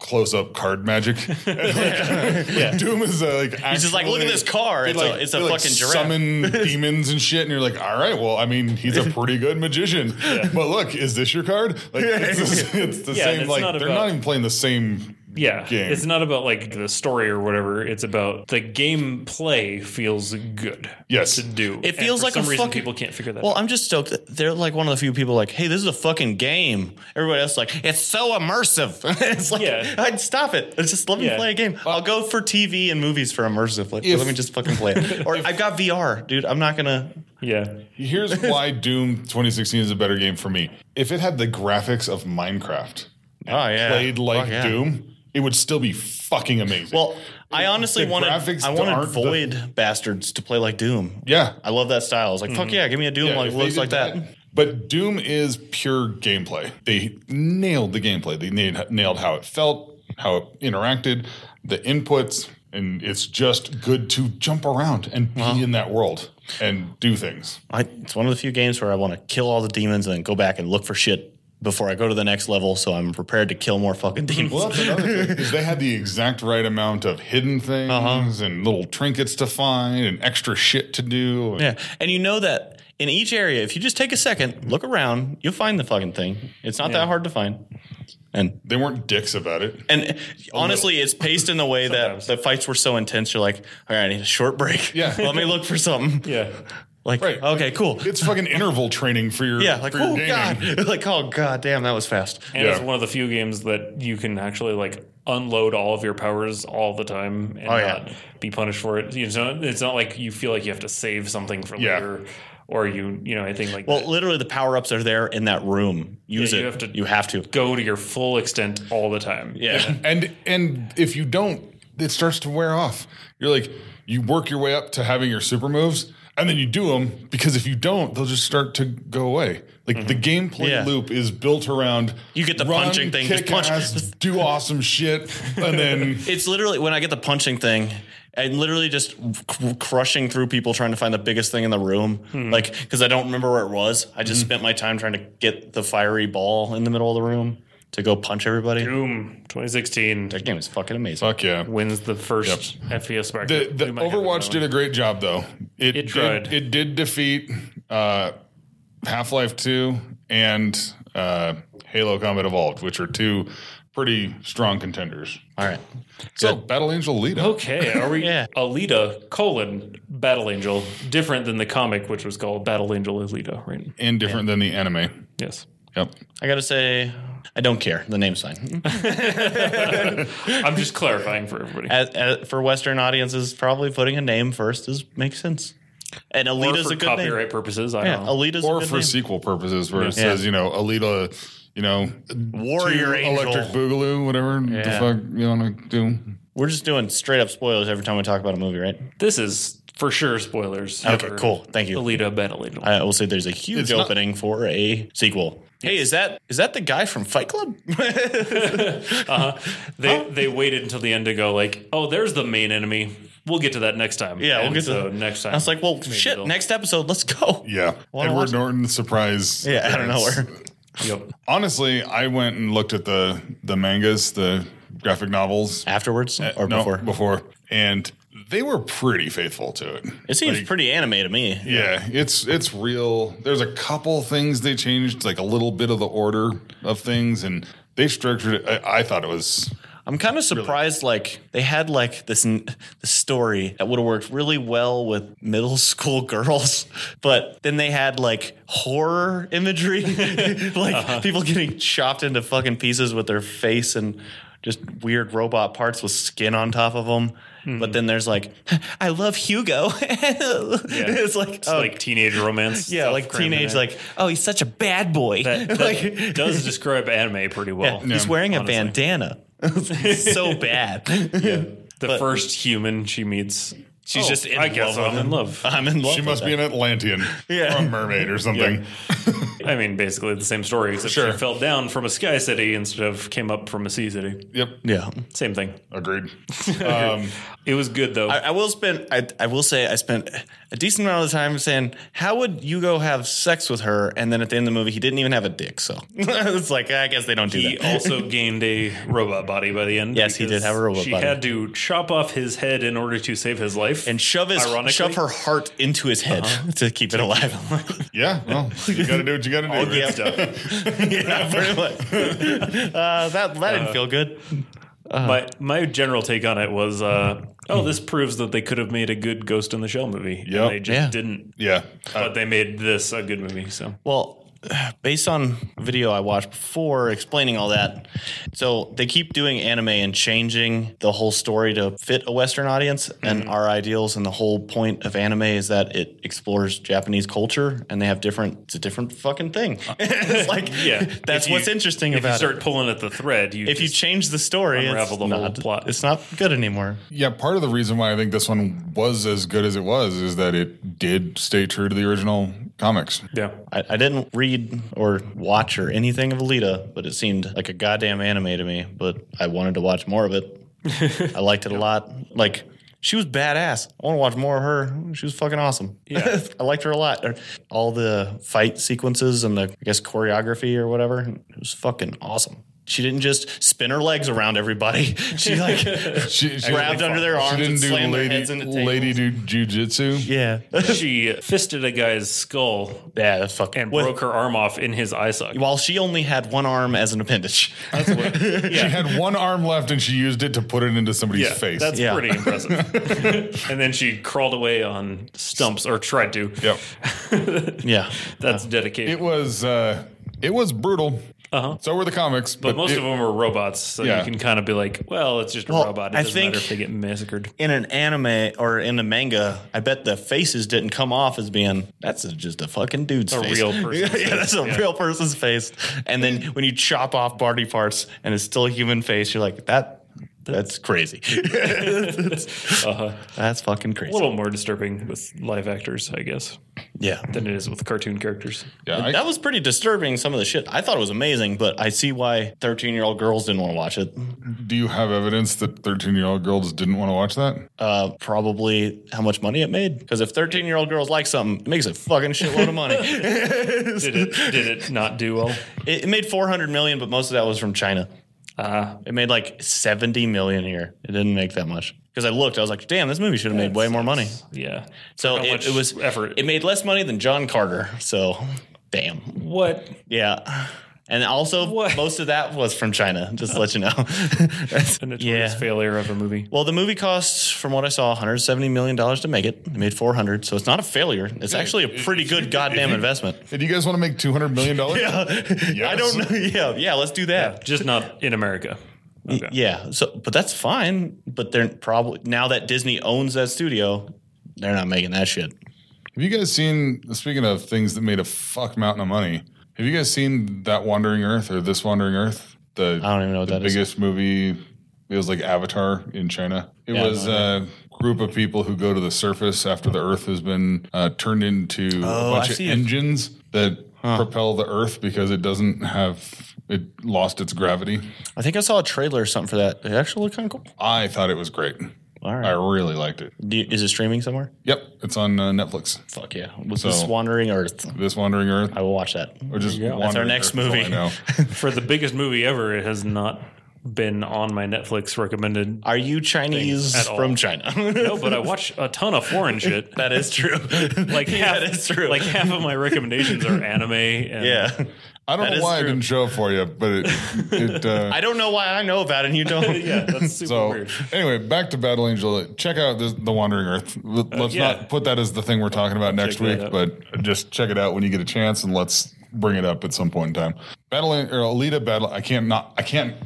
Speaker 3: close up card magic. Doom is uh, like
Speaker 2: He's just like, look
Speaker 3: actually-
Speaker 2: at this car.
Speaker 3: they,
Speaker 2: It's a, it's a
Speaker 3: they, like,
Speaker 2: fucking giraffe.
Speaker 3: Summon demons and shit, and you're like, all right, well, I mean, he's a pretty good magician. But look, is this your card? Like, it's, the- it's the
Speaker 1: Yeah, and
Speaker 3: same.
Speaker 1: it's
Speaker 3: like,
Speaker 1: not
Speaker 3: they're
Speaker 1: about-
Speaker 3: not even playing the same.
Speaker 1: Yeah,
Speaker 3: game.
Speaker 1: it's not about like the story or whatever. It's about the game play feels good.
Speaker 3: Yes.
Speaker 1: to do.
Speaker 2: It feels
Speaker 1: and for
Speaker 2: like
Speaker 1: some
Speaker 2: a
Speaker 1: reason
Speaker 2: fucking-
Speaker 1: people can't figure that.
Speaker 2: Well,
Speaker 1: out.
Speaker 2: I'm just stoked. That they're like one of the few people like, hey, this is a fucking game. Everybody else is like, it's so immersive. it's like,
Speaker 1: Yeah.
Speaker 2: I'd stop it. It's just let me
Speaker 1: Yeah.
Speaker 2: play a game. I'll go for TV and movies for immersive. Like, let me just fucking play it. Or I've got VR, dude. I'm not gonna.
Speaker 1: yeah,
Speaker 3: Here's why Doom 2016 is a better game for me. If it had the graphics of Minecraft
Speaker 2: Oh yeah.
Speaker 3: played like
Speaker 2: Fuck, yeah.
Speaker 3: Doom, it would still be fucking amazing.
Speaker 2: Well, I honestly
Speaker 3: The
Speaker 2: wanted
Speaker 3: graphics
Speaker 2: I wanted
Speaker 3: aren't the-
Speaker 2: Void bastards to play like Doom.
Speaker 3: yeah.
Speaker 2: I love that style. I was like, fuck yeah, give me a Doom
Speaker 3: Mm-hmm. Yeah,
Speaker 2: like
Speaker 3: if they
Speaker 2: looks
Speaker 3: did
Speaker 2: like that.
Speaker 3: But Doom is pure gameplay. They nailed the gameplay. They nailed, nailed how it felt, how it interacted, the inputs, and it's just good to jump around and be in that world and do things.
Speaker 2: I, it's one of the few games where I want to kill all the demons and then go back and look for shit before I go to the next level, so I'm prepared to kill more fucking demons.
Speaker 3: Well, that's another thing is they had the exact right amount of hidden things
Speaker 2: Uh-huh.
Speaker 3: and little trinkets to find and extra shit to do.
Speaker 2: Yeah. And you know that in each area, if you just take a second, look around, you'll find the fucking thing. It's not that hard to find. And
Speaker 3: They weren't dicks about it.
Speaker 2: and honestly, it's paced in a way that
Speaker 1: Sometimes.
Speaker 2: the fights were so intense. You're like, all right, I need a short break.
Speaker 3: Yeah.
Speaker 2: Let me look for something.
Speaker 1: yeah.
Speaker 2: Like,
Speaker 3: Right.
Speaker 2: okay, cool.
Speaker 3: It's fucking interval training for your
Speaker 2: Yeah. Like,
Speaker 3: for your
Speaker 2: oh,
Speaker 3: gaming.
Speaker 2: God. Like, oh, God damn, that was fast.
Speaker 1: And it's
Speaker 3: Yeah.
Speaker 1: one of the few games that you can actually like unload all of your powers all the time and
Speaker 2: Oh, yeah.
Speaker 1: not be punished for it. You know, it's not like you feel like you have to save something for
Speaker 3: Yeah.
Speaker 1: later or you you know anything like
Speaker 2: Well,
Speaker 1: that.
Speaker 2: literally, the power ups are there in that room. Use
Speaker 1: Yeah,
Speaker 2: it.
Speaker 1: you have to-
Speaker 2: you have to.
Speaker 1: Go to your full extent all the time.
Speaker 2: Yeah.
Speaker 3: and and if you don't it starts to wear off you're like you work your way up to having your super moves and then you do them because if you don't they'll just start to go away like the gameplay
Speaker 2: Mm-hmm. Yeah.
Speaker 3: loop is built around
Speaker 2: You get the punching thing, just
Speaker 3: kick
Speaker 2: punch.
Speaker 3: ass, do awesome shit and then
Speaker 2: It's literally when I get the punching thing, I'm literally just cr- crushing through people trying to find the biggest thing in the room. Like, because I don't remember where it was. I just spent my time trying to get the fiery ball in the middle of the room to go punch everybody.
Speaker 1: Boom. 2016
Speaker 2: That game is fucking amazing.
Speaker 3: fuck yeah
Speaker 1: wins the first FPS bracket.
Speaker 3: the, the
Speaker 1: We might have it
Speaker 3: overwatch
Speaker 1: that
Speaker 3: did
Speaker 1: way.
Speaker 3: a great job though it, did,
Speaker 1: tried.
Speaker 3: it did defeat uh half-life 2 and uh halo combat evolved which are two pretty strong contenders
Speaker 2: All right.
Speaker 3: So Battle Angel Lita.
Speaker 1: Okay, are we
Speaker 2: Yeah.
Speaker 1: Alita colon Battle Angel different than the comic which was called Battle Angel Alita, right?
Speaker 3: And different than the anime.
Speaker 1: Yes.
Speaker 3: Yep.
Speaker 2: I got to say, I don't care. The Hmm? name's fine.
Speaker 1: I'm just clarifying for everybody.
Speaker 2: as, as, for Western audiences, probably putting a name first is makes sense. And
Speaker 1: Or
Speaker 2: Alita's
Speaker 1: for
Speaker 2: a good
Speaker 1: copyright
Speaker 2: name.
Speaker 1: purposes, I
Speaker 2: Yeah,
Speaker 1: don't know.
Speaker 2: Alita's a
Speaker 3: Or
Speaker 2: good
Speaker 3: for
Speaker 2: name.
Speaker 3: sequel purposes, where it says, you know, Alita, you know,
Speaker 2: Warrior
Speaker 3: two
Speaker 2: Angel.
Speaker 3: Electric Boogaloo, whatever
Speaker 2: Yeah.
Speaker 3: the fuck you want to do.
Speaker 2: We're just doing straight up spoilers every time we talk about a movie, right?
Speaker 1: This is for sure spoilers.
Speaker 2: Okay,
Speaker 1: for
Speaker 2: cool. Thank you.
Speaker 1: Alita Battle Angel.
Speaker 2: I will say there's a huge
Speaker 3: It's not-
Speaker 2: opening for a sequel. Hey, is that is that the guy from Fight Club?
Speaker 1: They they waited until the end to go like, oh, there's the main enemy. We'll get to that next time.
Speaker 2: Yeah, we'll
Speaker 1: And
Speaker 2: get to
Speaker 1: so
Speaker 2: that.
Speaker 1: next time.
Speaker 2: I was like, well, shit.
Speaker 1: they'll-
Speaker 2: Next episode, let's go.
Speaker 3: Yeah.
Speaker 2: Wanna
Speaker 3: Edward
Speaker 2: watch-
Speaker 3: Norton surprise.
Speaker 2: Yeah, I don't know
Speaker 3: appearance.
Speaker 2: where.
Speaker 1: yep.
Speaker 3: Honestly, I went and looked at the the mangas, the graphic novels,
Speaker 2: Afterwards or
Speaker 3: Uh, No,
Speaker 2: before?
Speaker 3: before, and they were pretty faithful to it.
Speaker 2: It seems pretty anime to me.
Speaker 3: Yeah, it's it's real. There's a couple things they changed, like a little bit of the order of things, and they structured it. I, I thought it was
Speaker 2: I'm kind of surprised. Like they had like this n- this story that would have worked really well with middle school girls, but then they had like horror imagery, like
Speaker 1: Uh-huh.
Speaker 2: people getting chopped into fucking pieces with their face and just weird robot parts with skin on top of them.
Speaker 1: Hmm.
Speaker 2: But then there's like, I love Hugo. It's like,
Speaker 1: It's
Speaker 2: oh,
Speaker 1: like teenage romance.
Speaker 2: yeah,
Speaker 1: stuff
Speaker 2: like
Speaker 1: crammed in
Speaker 2: teenage,
Speaker 1: there.
Speaker 2: like, oh, he's such a bad boy.
Speaker 1: that, that
Speaker 2: like,
Speaker 1: does describe anime pretty well.
Speaker 2: he's wearing a
Speaker 1: honestly.
Speaker 2: bandana. so bad.
Speaker 1: The first human she meets.
Speaker 2: She's
Speaker 1: Oh,
Speaker 2: just in
Speaker 1: I
Speaker 2: love
Speaker 1: guess
Speaker 2: with
Speaker 1: I'm
Speaker 2: him.
Speaker 1: in love.
Speaker 2: I'm in love.
Speaker 3: she
Speaker 2: with
Speaker 3: must be
Speaker 2: that.
Speaker 3: an Atlantean
Speaker 2: Yeah.
Speaker 3: or a mermaid or something.
Speaker 1: I mean, basically the same story, except
Speaker 3: Sure.
Speaker 1: she fell down from a sky city instead of came up from a sea city.
Speaker 3: Yep,
Speaker 2: Yeah.
Speaker 1: Same thing.
Speaker 3: agreed. Um,
Speaker 1: It was good though.
Speaker 2: I, I will spend. I, I will say I spent a decent amount of time saying how would Hugo have sex with her, and then at the end of the movie he didn't even have a dick. So it's like I guess they don't do
Speaker 1: he
Speaker 2: that.
Speaker 1: also gained a robot body by the end.
Speaker 2: Yes, he did
Speaker 1: because
Speaker 2: have a robot
Speaker 1: she
Speaker 2: body.
Speaker 1: had to chop off his head in order to save his life.
Speaker 2: and shove his
Speaker 1: Ironically-
Speaker 2: shove her heart into his head Uh-huh. to keep it alive.
Speaker 3: yeah, well, you got to do what you got to do.
Speaker 2: yeah, yeah, pretty much. Uh, that that didn't feel good. Uh-huh.
Speaker 1: my my general take on it was, uh,
Speaker 2: Hmm.
Speaker 1: oh, this proves that they could have made a good Ghost in the Shell movie. and
Speaker 3: Yep.
Speaker 1: they just
Speaker 2: Yeah.
Speaker 1: didn't.
Speaker 3: Yeah,
Speaker 2: Uh,
Speaker 1: But they made this a good movie. So
Speaker 2: Well, based on video I watched before explaining all that, so they keep doing anime and changing the whole story to fit a Western audience
Speaker 1: Mm-hmm.
Speaker 2: and our ideals. And the whole point of anime is that it explores Japanese culture, and they have different. It's a different fucking thing. it's like
Speaker 1: Uh, yeah,
Speaker 2: that's
Speaker 1: If you-
Speaker 2: what's interesting
Speaker 1: if
Speaker 2: about
Speaker 1: you start
Speaker 2: it.
Speaker 1: pulling at the thread, you
Speaker 2: If you
Speaker 1: just-
Speaker 2: change the story, it's
Speaker 1: unravel the whole
Speaker 2: not,
Speaker 1: plot.
Speaker 2: it's not good anymore.
Speaker 3: yeah. Part of the reason why I think this one was as good as it was is that it did stay true to the original comics.
Speaker 1: yeah.
Speaker 2: I, I didn't read or watch or anything of Alita, but it seemed like a goddamn anime to me. But I wanted to watch more of it. I liked it a lot. Like she was badass. I want to watch more of her. She was fucking awesome.
Speaker 1: Yeah.
Speaker 2: I liked her a lot. Her- All the fight sequences and the I guess choreography or whatever. It was fucking awesome. She didn't just spin her legs around everybody. She like
Speaker 3: She, she
Speaker 2: grabbed under their arms
Speaker 3: She didn't
Speaker 2: and
Speaker 3: do
Speaker 2: slammed
Speaker 3: lady,
Speaker 2: their heads into tables.
Speaker 3: lady do jujitsu.
Speaker 2: Yeah, yeah,
Speaker 1: She fisted a guy's skull
Speaker 2: that's fucking.
Speaker 1: and
Speaker 2: with-
Speaker 1: broke her arm off in his eye socket.
Speaker 2: while she only had one arm as an appendage.
Speaker 1: That's what, yeah.
Speaker 3: She had one arm left and she used it to put it into somebody's
Speaker 1: Yeah,
Speaker 3: face.
Speaker 1: That's
Speaker 2: Yeah.
Speaker 1: pretty impressive. and then she crawled away on stumps or tried to.
Speaker 3: yep.
Speaker 2: yeah,
Speaker 1: That's
Speaker 2: Oh.
Speaker 1: dedication.
Speaker 3: It was uh, it was brutal.
Speaker 1: Uh-huh.
Speaker 3: So were the comics,
Speaker 1: but
Speaker 3: but,
Speaker 1: most
Speaker 3: it-
Speaker 1: of them were robots, so
Speaker 3: Yeah.
Speaker 1: you can kind of be like, well, it's just a
Speaker 2: Well,
Speaker 1: robot. It
Speaker 2: I
Speaker 1: doesn't
Speaker 2: think-
Speaker 1: matter if they get massacred.
Speaker 2: in an anime or in a manga, I bet the faces didn't come off as being that's just a fucking dude's
Speaker 1: A
Speaker 2: face.
Speaker 1: real person's
Speaker 2: yeah, that's a
Speaker 1: face, yeah.
Speaker 2: real person's face. And then when you chop off body parts and it's still a human face, you're like that. That's crazy.
Speaker 1: Uh-huh.
Speaker 2: That's fucking crazy.
Speaker 1: A little more disturbing with live actors, I guess,
Speaker 2: yeah.
Speaker 1: than it is with cartoon characters.
Speaker 3: yeah, I,
Speaker 2: that was pretty disturbing. Some of the shit I thought it was amazing, but I see why thirteen-year-old girls didn't want to watch it.
Speaker 3: do you have evidence that thirteen-year-old girls didn't want to watch that?
Speaker 2: Uh, probably how much money it made. Because if thirteen-year-old girls like something, it makes a fucking shitload of money.
Speaker 1: Did it did it not do well?
Speaker 2: It, it made 400 million, but most of that was from China.
Speaker 1: Uh,
Speaker 2: It made like 70 million here. It didn't make that much. Because I looked, I was like, damn, this movie should have made way more money.
Speaker 1: yeah.
Speaker 2: So
Speaker 1: How much
Speaker 2: it, it was
Speaker 1: effort.
Speaker 2: It made less money than John Carter. So damn.
Speaker 1: What?
Speaker 2: Yeah. And also,
Speaker 1: What?
Speaker 2: most of that was from China, just to let you know.
Speaker 1: A notorious
Speaker 2: Yeah.
Speaker 1: failure of a movie.
Speaker 2: well, the movie cost, from what I saw, $170 million to make it. It made 400 so it's not a failure. It's actually a pretty good goddamn investment.
Speaker 3: Hey, do you guys want to make two hundred million dollars?
Speaker 2: I don't know. Yeah, yeah, let's do that.
Speaker 1: Just not in America. Okay.
Speaker 2: Yeah. So, but that's fine. But they're probably now that Disney owns that studio, they're not making that shit.
Speaker 3: Have you guys seen? Speaking of things that made a fuck mountain of money, have you guys seen that Wandering Earth or this Wandering Earth? The
Speaker 2: I don't even know what
Speaker 3: the
Speaker 2: Oh, that is.
Speaker 3: biggest movie. It was like Avatar in China. It
Speaker 2: Yeah, I
Speaker 3: was
Speaker 2: know
Speaker 3: a group of people who go to the surface after the Earth has been uh, turned into
Speaker 2: Oh,
Speaker 3: a
Speaker 2: I
Speaker 3: bunch of
Speaker 2: see.
Speaker 3: engines that propel the Earth because it doesn't have it lost its gravity.
Speaker 2: I think I saw a trailer or something for that. It actually looked kind of cool.
Speaker 3: I thought it was great.
Speaker 2: All
Speaker 3: I
Speaker 2: right.
Speaker 3: really liked it.
Speaker 2: Do you, is it streaming somewhere?
Speaker 3: Yep, it's on uh, Netflix.
Speaker 2: Fuck yeah. With
Speaker 3: So-
Speaker 2: this Wandering Earth.
Speaker 3: This Wandering Earth,
Speaker 2: I will watch that.
Speaker 3: or just
Speaker 1: That's our
Speaker 2: That's our
Speaker 3: Wandering
Speaker 2: next
Speaker 3: Earth, that's all
Speaker 2: movie.
Speaker 3: I know.
Speaker 1: For the biggest movie ever, it has not been on my Netflix recommended.
Speaker 2: Are you Chinese
Speaker 1: At all.
Speaker 2: from China?
Speaker 1: No, but I watch a ton of foreign shit.
Speaker 2: that is true.
Speaker 1: Like half,
Speaker 2: that is true.
Speaker 1: Like half of my recommendations are anime. And
Speaker 2: yeah.
Speaker 3: I don't
Speaker 2: That
Speaker 3: know
Speaker 2: is
Speaker 3: why
Speaker 2: true.
Speaker 3: I didn't show up for you, but it. it uh,
Speaker 2: I don't know why I know about it and you don't.
Speaker 1: yeah, that's super
Speaker 3: so
Speaker 1: weird.
Speaker 3: anyway, back to Battle Angel. Check out this, the Wandering Earth. Let- Let's
Speaker 1: Uh, yeah.
Speaker 3: not put that as the thing we're talking about next
Speaker 1: that
Speaker 3: week,
Speaker 1: out.
Speaker 3: but just check it out when you get a chance, and let's bring it up at some point in time. Battle An- or Alita Battle. I can't not. I can't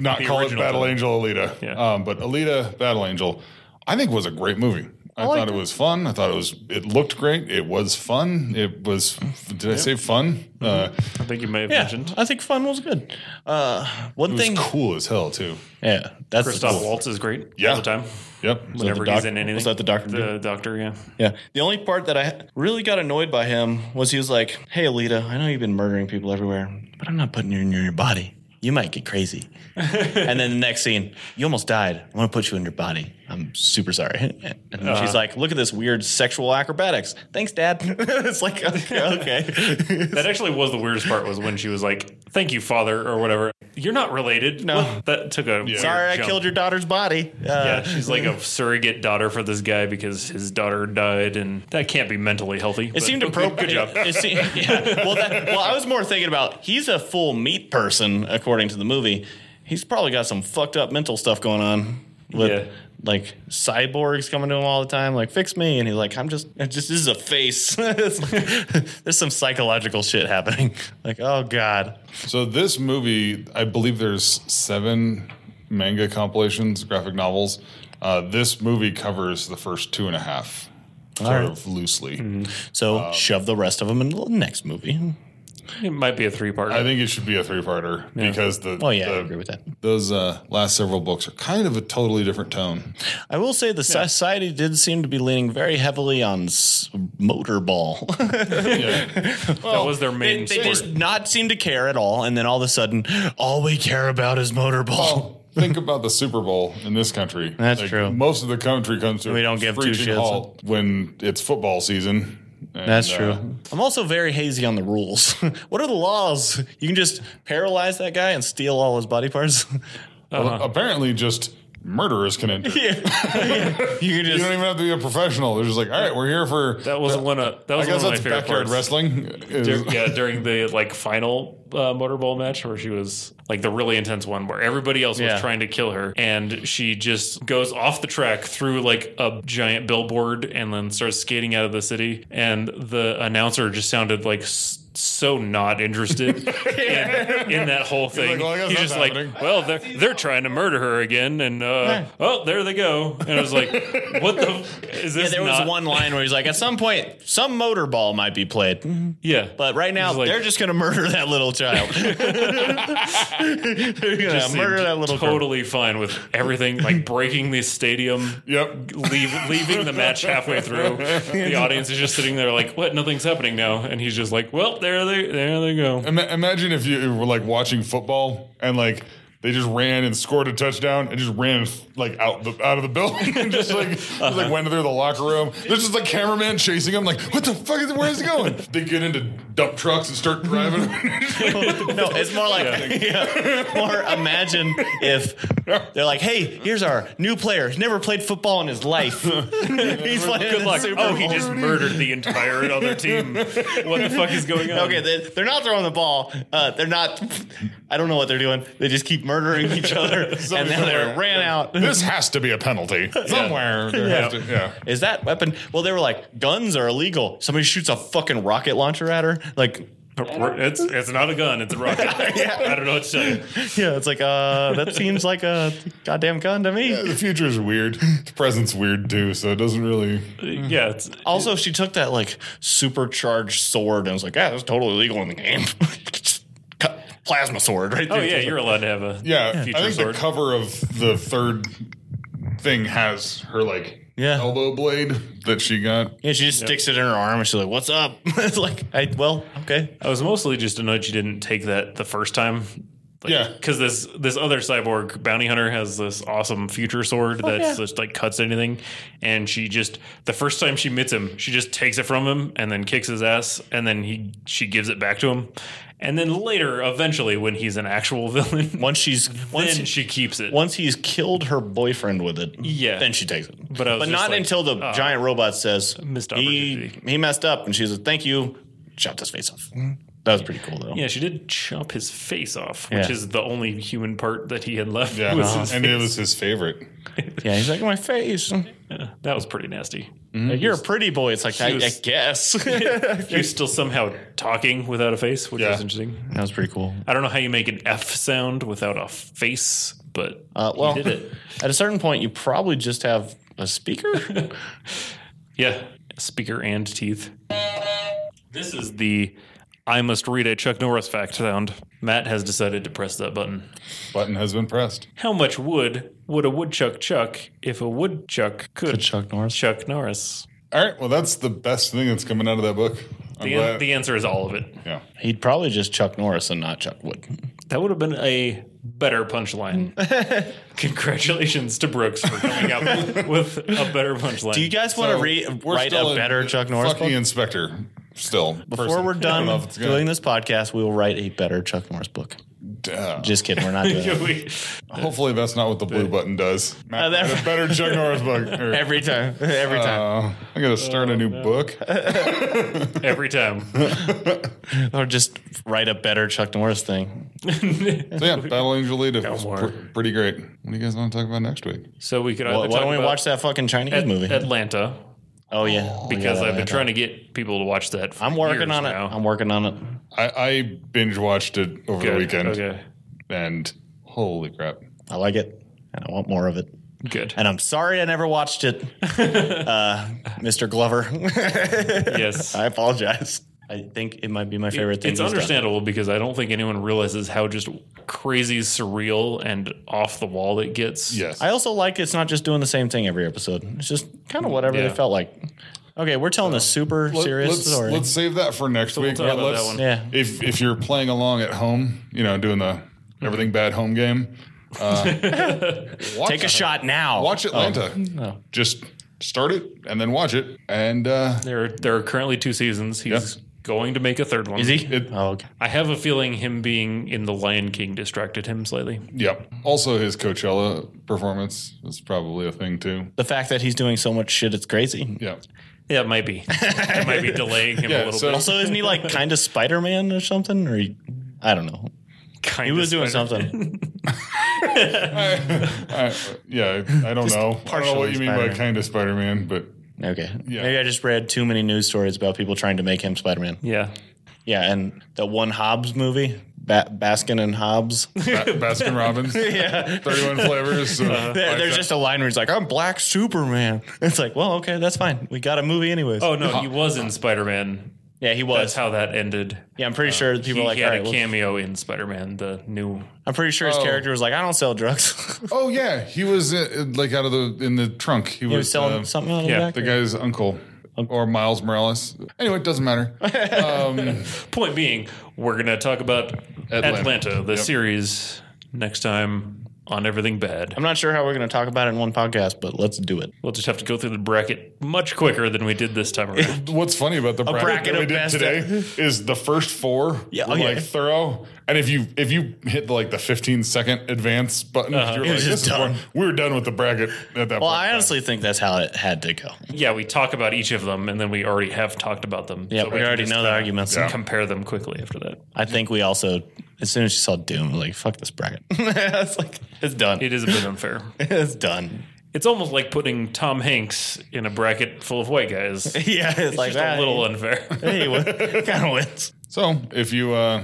Speaker 3: not
Speaker 1: The
Speaker 3: call it
Speaker 1: original
Speaker 3: Battle
Speaker 1: title.
Speaker 3: Angel Alita.
Speaker 1: Yeah.
Speaker 3: Um, but Alita Battle Angel, I think was a great movie. I, thought it was fun. I thought it was. It looked great. It was fun. It was. Did I say fun?
Speaker 1: Mm-hmm.
Speaker 3: Uh,
Speaker 1: I think you may have
Speaker 2: Yeah,
Speaker 1: mentioned.
Speaker 2: I think fun was good. Uh,
Speaker 3: it
Speaker 2: one
Speaker 3: was
Speaker 2: thing,
Speaker 3: cool as hell too.
Speaker 2: yeah, that's the
Speaker 1: Christoph
Speaker 2: cool-
Speaker 1: Waltz is great
Speaker 3: Yeah.
Speaker 1: all the time.
Speaker 3: Yep.
Speaker 2: Was that
Speaker 1: Whenever
Speaker 2: the
Speaker 1: he's
Speaker 2: doc-
Speaker 1: in anything.
Speaker 2: Was that the doctor? dude?
Speaker 1: The doctor, yeah.
Speaker 2: Yeah. The only part that I really got annoyed by him was he was like, Hey, Alita, I know you've been murdering people everywhere, but I'm not putting you in your body. You might get crazy. and then the next scene, you almost died. I want to put you in your body. I'm super sorry. And then
Speaker 1: Uh-huh.
Speaker 2: she's like, Look at this weird sexual acrobatics. Thanks, Dad. it's like, okay. okay.
Speaker 1: That actually was the weirdest part was when she was like, "Thank you, father," or whatever. You're not related.
Speaker 2: No.
Speaker 1: What? that took a weird
Speaker 2: sorry, I
Speaker 1: jump.
Speaker 2: killed your daughter's body. Uh,
Speaker 1: Yeah, she's like a surrogate daughter for this guy because his daughter died, and that can't be mentally healthy.
Speaker 2: It seemed appropriate.
Speaker 1: Good job.
Speaker 2: It, seemed, yeah. well, that, well, I was more thinking about he's a full meat person, according to the movie. He's probably got some fucked up mental stuff going on with
Speaker 1: Yeah.
Speaker 2: like cyborgs coming to him all the time, like fix me, and he's like, I'm just, it just this is a face. It's like- there's some psychological shit happening. Like, oh god,
Speaker 3: So this movie, I believe there's seven manga compilations, graphic novels. Uh, this movie covers the first two and a half, sort
Speaker 2: right. Mm-hmm.
Speaker 3: of loosely.
Speaker 2: so shove the rest of them in the next movie.
Speaker 1: It might be a three part.
Speaker 3: I think it should be a three-parter because the
Speaker 2: Oh yeah, I
Speaker 3: the-
Speaker 2: agree with that.
Speaker 3: those uh, last several books are kind of a totally different tone.
Speaker 2: I will say the society did seem to be leaning very heavily on s- motorball.
Speaker 3: Yeah.
Speaker 1: that was their main.
Speaker 2: They, they
Speaker 1: sport.
Speaker 2: just not seem to care at all, and then all of a sudden, all we care about is motorball.
Speaker 3: Well, Think about the Super Bowl in this country.
Speaker 2: That's true.
Speaker 3: Most of the country comes to
Speaker 2: We
Speaker 3: a
Speaker 2: don't give two
Speaker 3: screeching
Speaker 2: shits.
Speaker 3: halt when it's football season. And, uh,
Speaker 2: I'm also very hazy on the rules. what are the laws? You can just paralyze that guy and steal all his body parts.
Speaker 3: uh,
Speaker 2: Uh-huh.
Speaker 3: Apparently, just murderers can enter.
Speaker 2: yeah. You can
Speaker 3: You don't
Speaker 2: just.
Speaker 3: even have to be a professional. They're just like, all right, we're here for.
Speaker 1: that was one of that
Speaker 3: I
Speaker 1: was one of
Speaker 3: guess
Speaker 1: my
Speaker 3: that's
Speaker 1: favorite
Speaker 3: backyard
Speaker 1: parts.
Speaker 3: wrestling.
Speaker 1: Dur-
Speaker 3: Is,
Speaker 1: yeah, during the like final uh, motorball match where she was like the really intense one where everybody else
Speaker 2: Yeah.
Speaker 1: was trying to kill her and she just goes off the track through like a giant billboard and then starts skating out of the city and the announcer just sounded like s- so not interested in, in that whole thing.
Speaker 3: like, "Well, I guess
Speaker 1: He's
Speaker 3: that's
Speaker 1: just
Speaker 3: happening."
Speaker 1: like, well, they're they're trying to murder her again, and uh, oh, there they go. And I was like, what the? Is this
Speaker 2: Yeah, there was
Speaker 1: not-
Speaker 2: one line where he's like, at some point, some motorball might be played.
Speaker 1: Yeah,
Speaker 2: But right now,
Speaker 1: He's like-
Speaker 2: they're just going to murder that little child. they're going to
Speaker 1: seemed
Speaker 2: murder that little girl.
Speaker 1: totally fine with everything like breaking the stadium
Speaker 3: yep.
Speaker 1: leave, leaving the match halfway through the audience is just sitting there like what nothing's happening now and he's just like well there they there they go
Speaker 3: Ima- imagine if you were like watching football and like they just ran and scored a touchdown and just ran like out the out of the building and just like just, like went through the locker room. There's just like cameraman chasing them. Like, what the fuck is where is he going? they get into dump trucks and start driving.
Speaker 2: No, it's more like yeah. more imagine if they're like, "Hey, here's our new player. He's never played football in his life. He's playing
Speaker 1: good
Speaker 2: in
Speaker 1: luck
Speaker 2: the Super
Speaker 1: oh he
Speaker 2: Bowl."
Speaker 1: just murdered the entire other team what the fuck is going on
Speaker 2: Okay, they, they're not throwing the ball. Uh, they're not. I don't know what they're doing. They just keep murdering each other, and now they
Speaker 3: somewhere.
Speaker 2: ran out.
Speaker 3: this has to be a penalty somewhere. There has
Speaker 1: Yeah.
Speaker 3: to, yeah.
Speaker 2: Is that weapon? Well, they were like, guns are illegal. Somebody shoots a fucking rocket launcher at her. Like,
Speaker 1: it's it's not a gun it's a rocket i don't know what to tell you
Speaker 2: yeah, it's like, uh, that seems like a goddamn gun to me.
Speaker 3: The future is weird. The present's weird too, so it doesn't really.
Speaker 1: yeah it's
Speaker 2: Also, she took that like supercharged sword and was like, "Yeah, that's totally legal in the game." Cut- Plasma sword, right?
Speaker 1: oh
Speaker 2: there.
Speaker 1: yeah you're allowed to have a
Speaker 3: Yeah, I
Speaker 1: future
Speaker 3: think
Speaker 1: sword
Speaker 3: the cover of the third thing has her like
Speaker 2: Yeah.
Speaker 3: elbow blade that she got.
Speaker 2: Yeah, she just sticks it in her arm and she's like, What's up? it's like, I, well, okay.
Speaker 1: I was mostly just annoyed she didn't take that the first time. Like,
Speaker 3: Yeah.
Speaker 1: because this this other cyborg bounty hunter has this awesome future sword
Speaker 3: Oh,
Speaker 1: that just like cuts anything, and she just the first time she meets him, she just takes it from him and then kicks his ass, and then he she gives it back to him, and then later, eventually, when he's an actual villain,
Speaker 2: Once she's once
Speaker 1: then she keeps it.
Speaker 2: once he's killed her boyfriend with it,
Speaker 1: Yeah.
Speaker 2: then she takes it.
Speaker 1: But I was
Speaker 2: but
Speaker 1: just
Speaker 2: not
Speaker 1: like, uh,
Speaker 2: until the giant robot says
Speaker 1: missed
Speaker 2: he
Speaker 1: opportunity." Mm-hmm.
Speaker 2: he messed up, and she's like, "Thank you," chopped his face off. That was pretty cool though.
Speaker 1: yeah, she did chop his face off, which
Speaker 2: Yeah.
Speaker 1: is the only human part that he had left.
Speaker 3: Yeah, Uh-huh.
Speaker 1: was his
Speaker 3: and
Speaker 1: face.
Speaker 3: it was his favorite.
Speaker 2: Yeah, he's like, "My face."
Speaker 1: that was pretty nasty.
Speaker 3: Mm-hmm.
Speaker 2: Like, You're a pretty boy. It's like I, I
Speaker 1: was-
Speaker 2: guess that
Speaker 1: He was still somehow talking without a face, which
Speaker 3: Yeah.
Speaker 1: was interesting.
Speaker 2: was pretty cool.
Speaker 1: I don't know how you make an F sound without a face, but
Speaker 2: Uh, well,
Speaker 1: he did it.
Speaker 2: at a certain point, you probably just have a speaker.
Speaker 1: Yeah, speaker and teeth. This is the I must read a Chuck Norris fact sound. Matt has decided to press that button.
Speaker 3: Button has been pressed.
Speaker 1: How much wood would a woodchuck chuck if a woodchuck could
Speaker 2: Chuck Norris.
Speaker 1: Chuck Norris?
Speaker 3: All right, well, that's the best thing that's coming out of that book. I'm
Speaker 1: The,
Speaker 3: glad-
Speaker 1: the answer is all of it.
Speaker 3: yeah.
Speaker 2: He'd probably just Chuck Norris and not Chuck Wood.
Speaker 1: That would have been a better punchline. Congratulations to Brooks for coming up with a better punchline.
Speaker 2: Do you guys want to
Speaker 3: So,
Speaker 2: re-
Speaker 3: we're
Speaker 2: write
Speaker 3: still
Speaker 2: a
Speaker 3: in
Speaker 2: better
Speaker 3: the
Speaker 2: Chuck Norris
Speaker 3: Fucking
Speaker 2: book?
Speaker 3: inspector. Still.
Speaker 2: Before
Speaker 3: person.
Speaker 2: we're
Speaker 3: I don't know
Speaker 2: done
Speaker 3: if it's gonna-
Speaker 2: doing this podcast, we will write a better Chuck Norris book.
Speaker 3: Uh,
Speaker 2: Just kidding, we're not doing
Speaker 1: Yeah,
Speaker 2: that.
Speaker 1: we-
Speaker 3: hopefully, that's not what the blue button does. Matt,
Speaker 2: Oh, that-
Speaker 3: write a better Chuck Norris book. Or,
Speaker 2: every time. Every time.
Speaker 3: uh, I gotta start
Speaker 2: Oh,
Speaker 3: a new book.
Speaker 1: every time.
Speaker 2: Or just write a better Chuck Norris thing.
Speaker 3: So yeah, Battle Angel Alita was
Speaker 1: more.
Speaker 3: pr- pretty great. What do you guys want to talk about next week?
Speaker 1: So we could either
Speaker 2: Why, why
Speaker 1: talk
Speaker 2: don't we
Speaker 1: about
Speaker 2: watch that fucking Chinese movie?
Speaker 1: Atlanta
Speaker 2: oh yeah,
Speaker 1: because
Speaker 2: Yeah,
Speaker 1: I've been
Speaker 2: yeah.
Speaker 1: trying to get people to watch that. For
Speaker 2: I'm working
Speaker 1: years
Speaker 2: on it.
Speaker 1: now.
Speaker 2: I'm working on it.
Speaker 3: I, I binge watched it over the
Speaker 1: Good.
Speaker 3: weekend,
Speaker 1: Okay.
Speaker 3: and holy crap!
Speaker 2: I like it, and I want more of it.
Speaker 1: Good.
Speaker 2: And I'm sorry I never watched it, uh, Mr. Glover.
Speaker 1: yes.
Speaker 2: I apologize. I think it might be my favorite thing.
Speaker 1: It's
Speaker 2: he's done.
Speaker 1: understandable because I don't think anyone realizes how just crazy, surreal, and off the wall it gets.
Speaker 3: Yes,
Speaker 2: I also like it's not just doing the same thing every episode. It's just kind of whatever
Speaker 1: Yeah.
Speaker 2: they felt like. Okay, we're telling a super serious
Speaker 3: let's,
Speaker 2: story.
Speaker 3: Let's save that for next week.
Speaker 1: talk
Speaker 3: Yeah,
Speaker 1: about
Speaker 3: let's-
Speaker 1: that one.
Speaker 2: Yeah.
Speaker 3: If if you're playing along at home, you know, doing the
Speaker 1: Hmm.
Speaker 3: everything bad home game, uh, watch,
Speaker 2: Take a shot now. Oh,
Speaker 3: Watch Atlanta.
Speaker 2: no.
Speaker 3: Just start it and then watch it, and uh,
Speaker 1: There, there are currently two seasons. He's
Speaker 3: Yeah.
Speaker 1: going to make a third one.
Speaker 2: Is he?
Speaker 3: It-
Speaker 2: oh, okay.
Speaker 1: I have a feeling him being in The Lion King distracted him slightly.
Speaker 3: yep. Also, his Coachella performance is probably a thing too.
Speaker 2: The fact that he's doing so much shit, it's crazy.
Speaker 3: Yeah.
Speaker 1: Yeah, it might be. it might be delaying him
Speaker 3: Yeah,
Speaker 1: a little
Speaker 3: so-
Speaker 1: bit.
Speaker 2: Also, isn't he like kind of Spider Man or something? Or he, I don't know.
Speaker 1: Kind
Speaker 2: He was doing something.
Speaker 3: I, yeah, I don't know. I don't know what
Speaker 2: partially
Speaker 3: you mean by
Speaker 2: Spider-Man.
Speaker 3: kind of Spider-Man, but
Speaker 2: Okay.
Speaker 3: Yeah.
Speaker 2: Maybe I just read too many news stories about people trying to make him Spider Man.
Speaker 1: Yeah.
Speaker 2: Yeah, and that one Hobbs movie, ba- Baskin and Hobbs.
Speaker 3: Ba- Baskin Robbins, yeah, thirty-one flavors. of
Speaker 2: There-
Speaker 3: black
Speaker 2: There's
Speaker 3: pepper.
Speaker 2: just a line where he's like, "I'm Black Superman." It's like, well, okay, that's fine. We got a movie anyways.
Speaker 1: Oh no, he was in Spider Man.
Speaker 2: yeah, he
Speaker 1: That's
Speaker 2: was.
Speaker 1: how that ended.
Speaker 2: yeah, I'm pretty sure people
Speaker 1: he,
Speaker 2: are like,
Speaker 1: he
Speaker 2: all
Speaker 1: had
Speaker 2: right,
Speaker 1: a
Speaker 2: well,
Speaker 1: cameo in Spider Man, the new.
Speaker 2: I'm pretty sure his
Speaker 3: Oh.
Speaker 2: character was like, "I don't sell drugs."
Speaker 3: Oh yeah, he was uh, like out of the in the trunk. He,
Speaker 2: he
Speaker 3: was,
Speaker 2: was selling
Speaker 3: uh,
Speaker 2: something out of
Speaker 1: yeah,
Speaker 2: the back.
Speaker 3: the guy's uncle or Miles Morales. Anyway, it doesn't matter.
Speaker 1: Point being, we're going to talk about Atlanta,
Speaker 3: Atlanta.
Speaker 1: the
Speaker 3: Yep.
Speaker 1: series, next time on Everything Bad.
Speaker 2: I'm not sure how we're going to talk about it in one podcast, but let's do it.
Speaker 1: We'll just have to go through the bracket much quicker than we did this time around.
Speaker 3: What's funny about the bracket,
Speaker 2: bracket
Speaker 3: that we
Speaker 2: of
Speaker 3: did
Speaker 2: best-
Speaker 3: today is the first four
Speaker 2: Yeah,
Speaker 3: were
Speaker 2: oh, yeah.
Speaker 3: like thorough, and if you if you hit the, like the 15 second advance button, you're
Speaker 2: Uh-huh. It
Speaker 3: like,
Speaker 2: was
Speaker 3: this
Speaker 2: just
Speaker 3: is
Speaker 2: done.
Speaker 3: boring. we were done with the bracket at that
Speaker 2: Well,
Speaker 3: point.
Speaker 2: I honestly think that's how it had to go.
Speaker 1: yeah, we talk about each of them, and then we already have talked about them.
Speaker 2: Yeah,
Speaker 1: So
Speaker 2: we
Speaker 1: can
Speaker 2: already
Speaker 1: just
Speaker 2: know the arguments.
Speaker 1: Compare them quickly after that.
Speaker 2: I think we also, as soon as she saw Doom, we're like, "Fuck this bracket." it's like it's done.
Speaker 1: It is a bit unfair.
Speaker 2: it's done.
Speaker 1: it's almost like putting Tom Hanks in a bracket full of white guys. It's uh,
Speaker 2: Yeah, it's, like
Speaker 1: just a little unfair.
Speaker 2: kind of wins.
Speaker 3: so if you uh,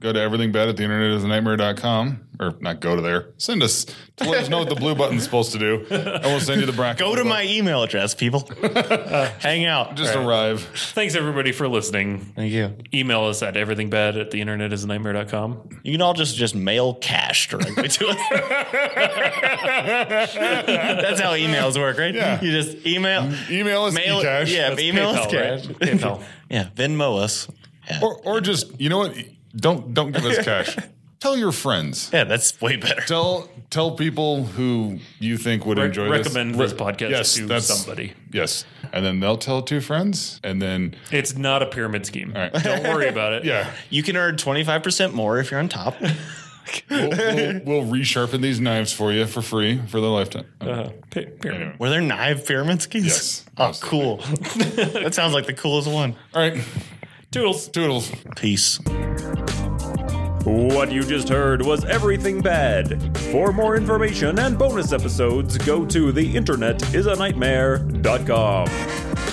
Speaker 3: Go to everythingbad at the internet is a nightmare.com. Or not go to there. Send us to let us know what the blue button's supposed to do. And we'll send you the bracket.
Speaker 2: Go to my email address, people. Hang out.
Speaker 3: Just arrive.
Speaker 1: Thanks everybody for listening.
Speaker 2: Thank you.
Speaker 1: Email us at everythingbad at the internet is a nightmare.com.
Speaker 2: You can all just just mail cash directly to us. That's how emails work, right?
Speaker 3: Yeah.
Speaker 2: You just email,
Speaker 3: Email us
Speaker 2: mail,
Speaker 3: e-cash.
Speaker 2: yeah,
Speaker 1: That's
Speaker 2: email us cash.
Speaker 1: PayPal, right? PayPal.
Speaker 2: Yeah, Venmo us. Yeah.
Speaker 3: Or, or just, you know what? Don't don't give us cash. Tell your friends.
Speaker 2: yeah, that's way better.
Speaker 3: Tell tell people who you think would
Speaker 1: Re-
Speaker 3: enjoy this.
Speaker 1: recommend this podcast to
Speaker 3: that's-
Speaker 1: somebody.
Speaker 3: Yes. And then they'll tell two friends. And then,
Speaker 1: It's not a pyramid scheme.
Speaker 3: right.
Speaker 1: Don't worry about it.
Speaker 3: yeah,
Speaker 2: You can earn twenty five percent more if you're on top.
Speaker 3: we'll, we'll, we'll resharpen these knives for you for free for the lifetime.
Speaker 1: Uh, pi- pyramid.
Speaker 3: Anyway.
Speaker 2: Were there knife pyramid schemes?
Speaker 3: Yes,
Speaker 2: Oh, cool. that sounds like the coolest one.
Speaker 3: All right.
Speaker 1: Toodles.
Speaker 3: Toodles.
Speaker 2: Peace.
Speaker 4: What you just heard was everything bad. For more information and bonus episodes, go to theinternetisanightmare.com.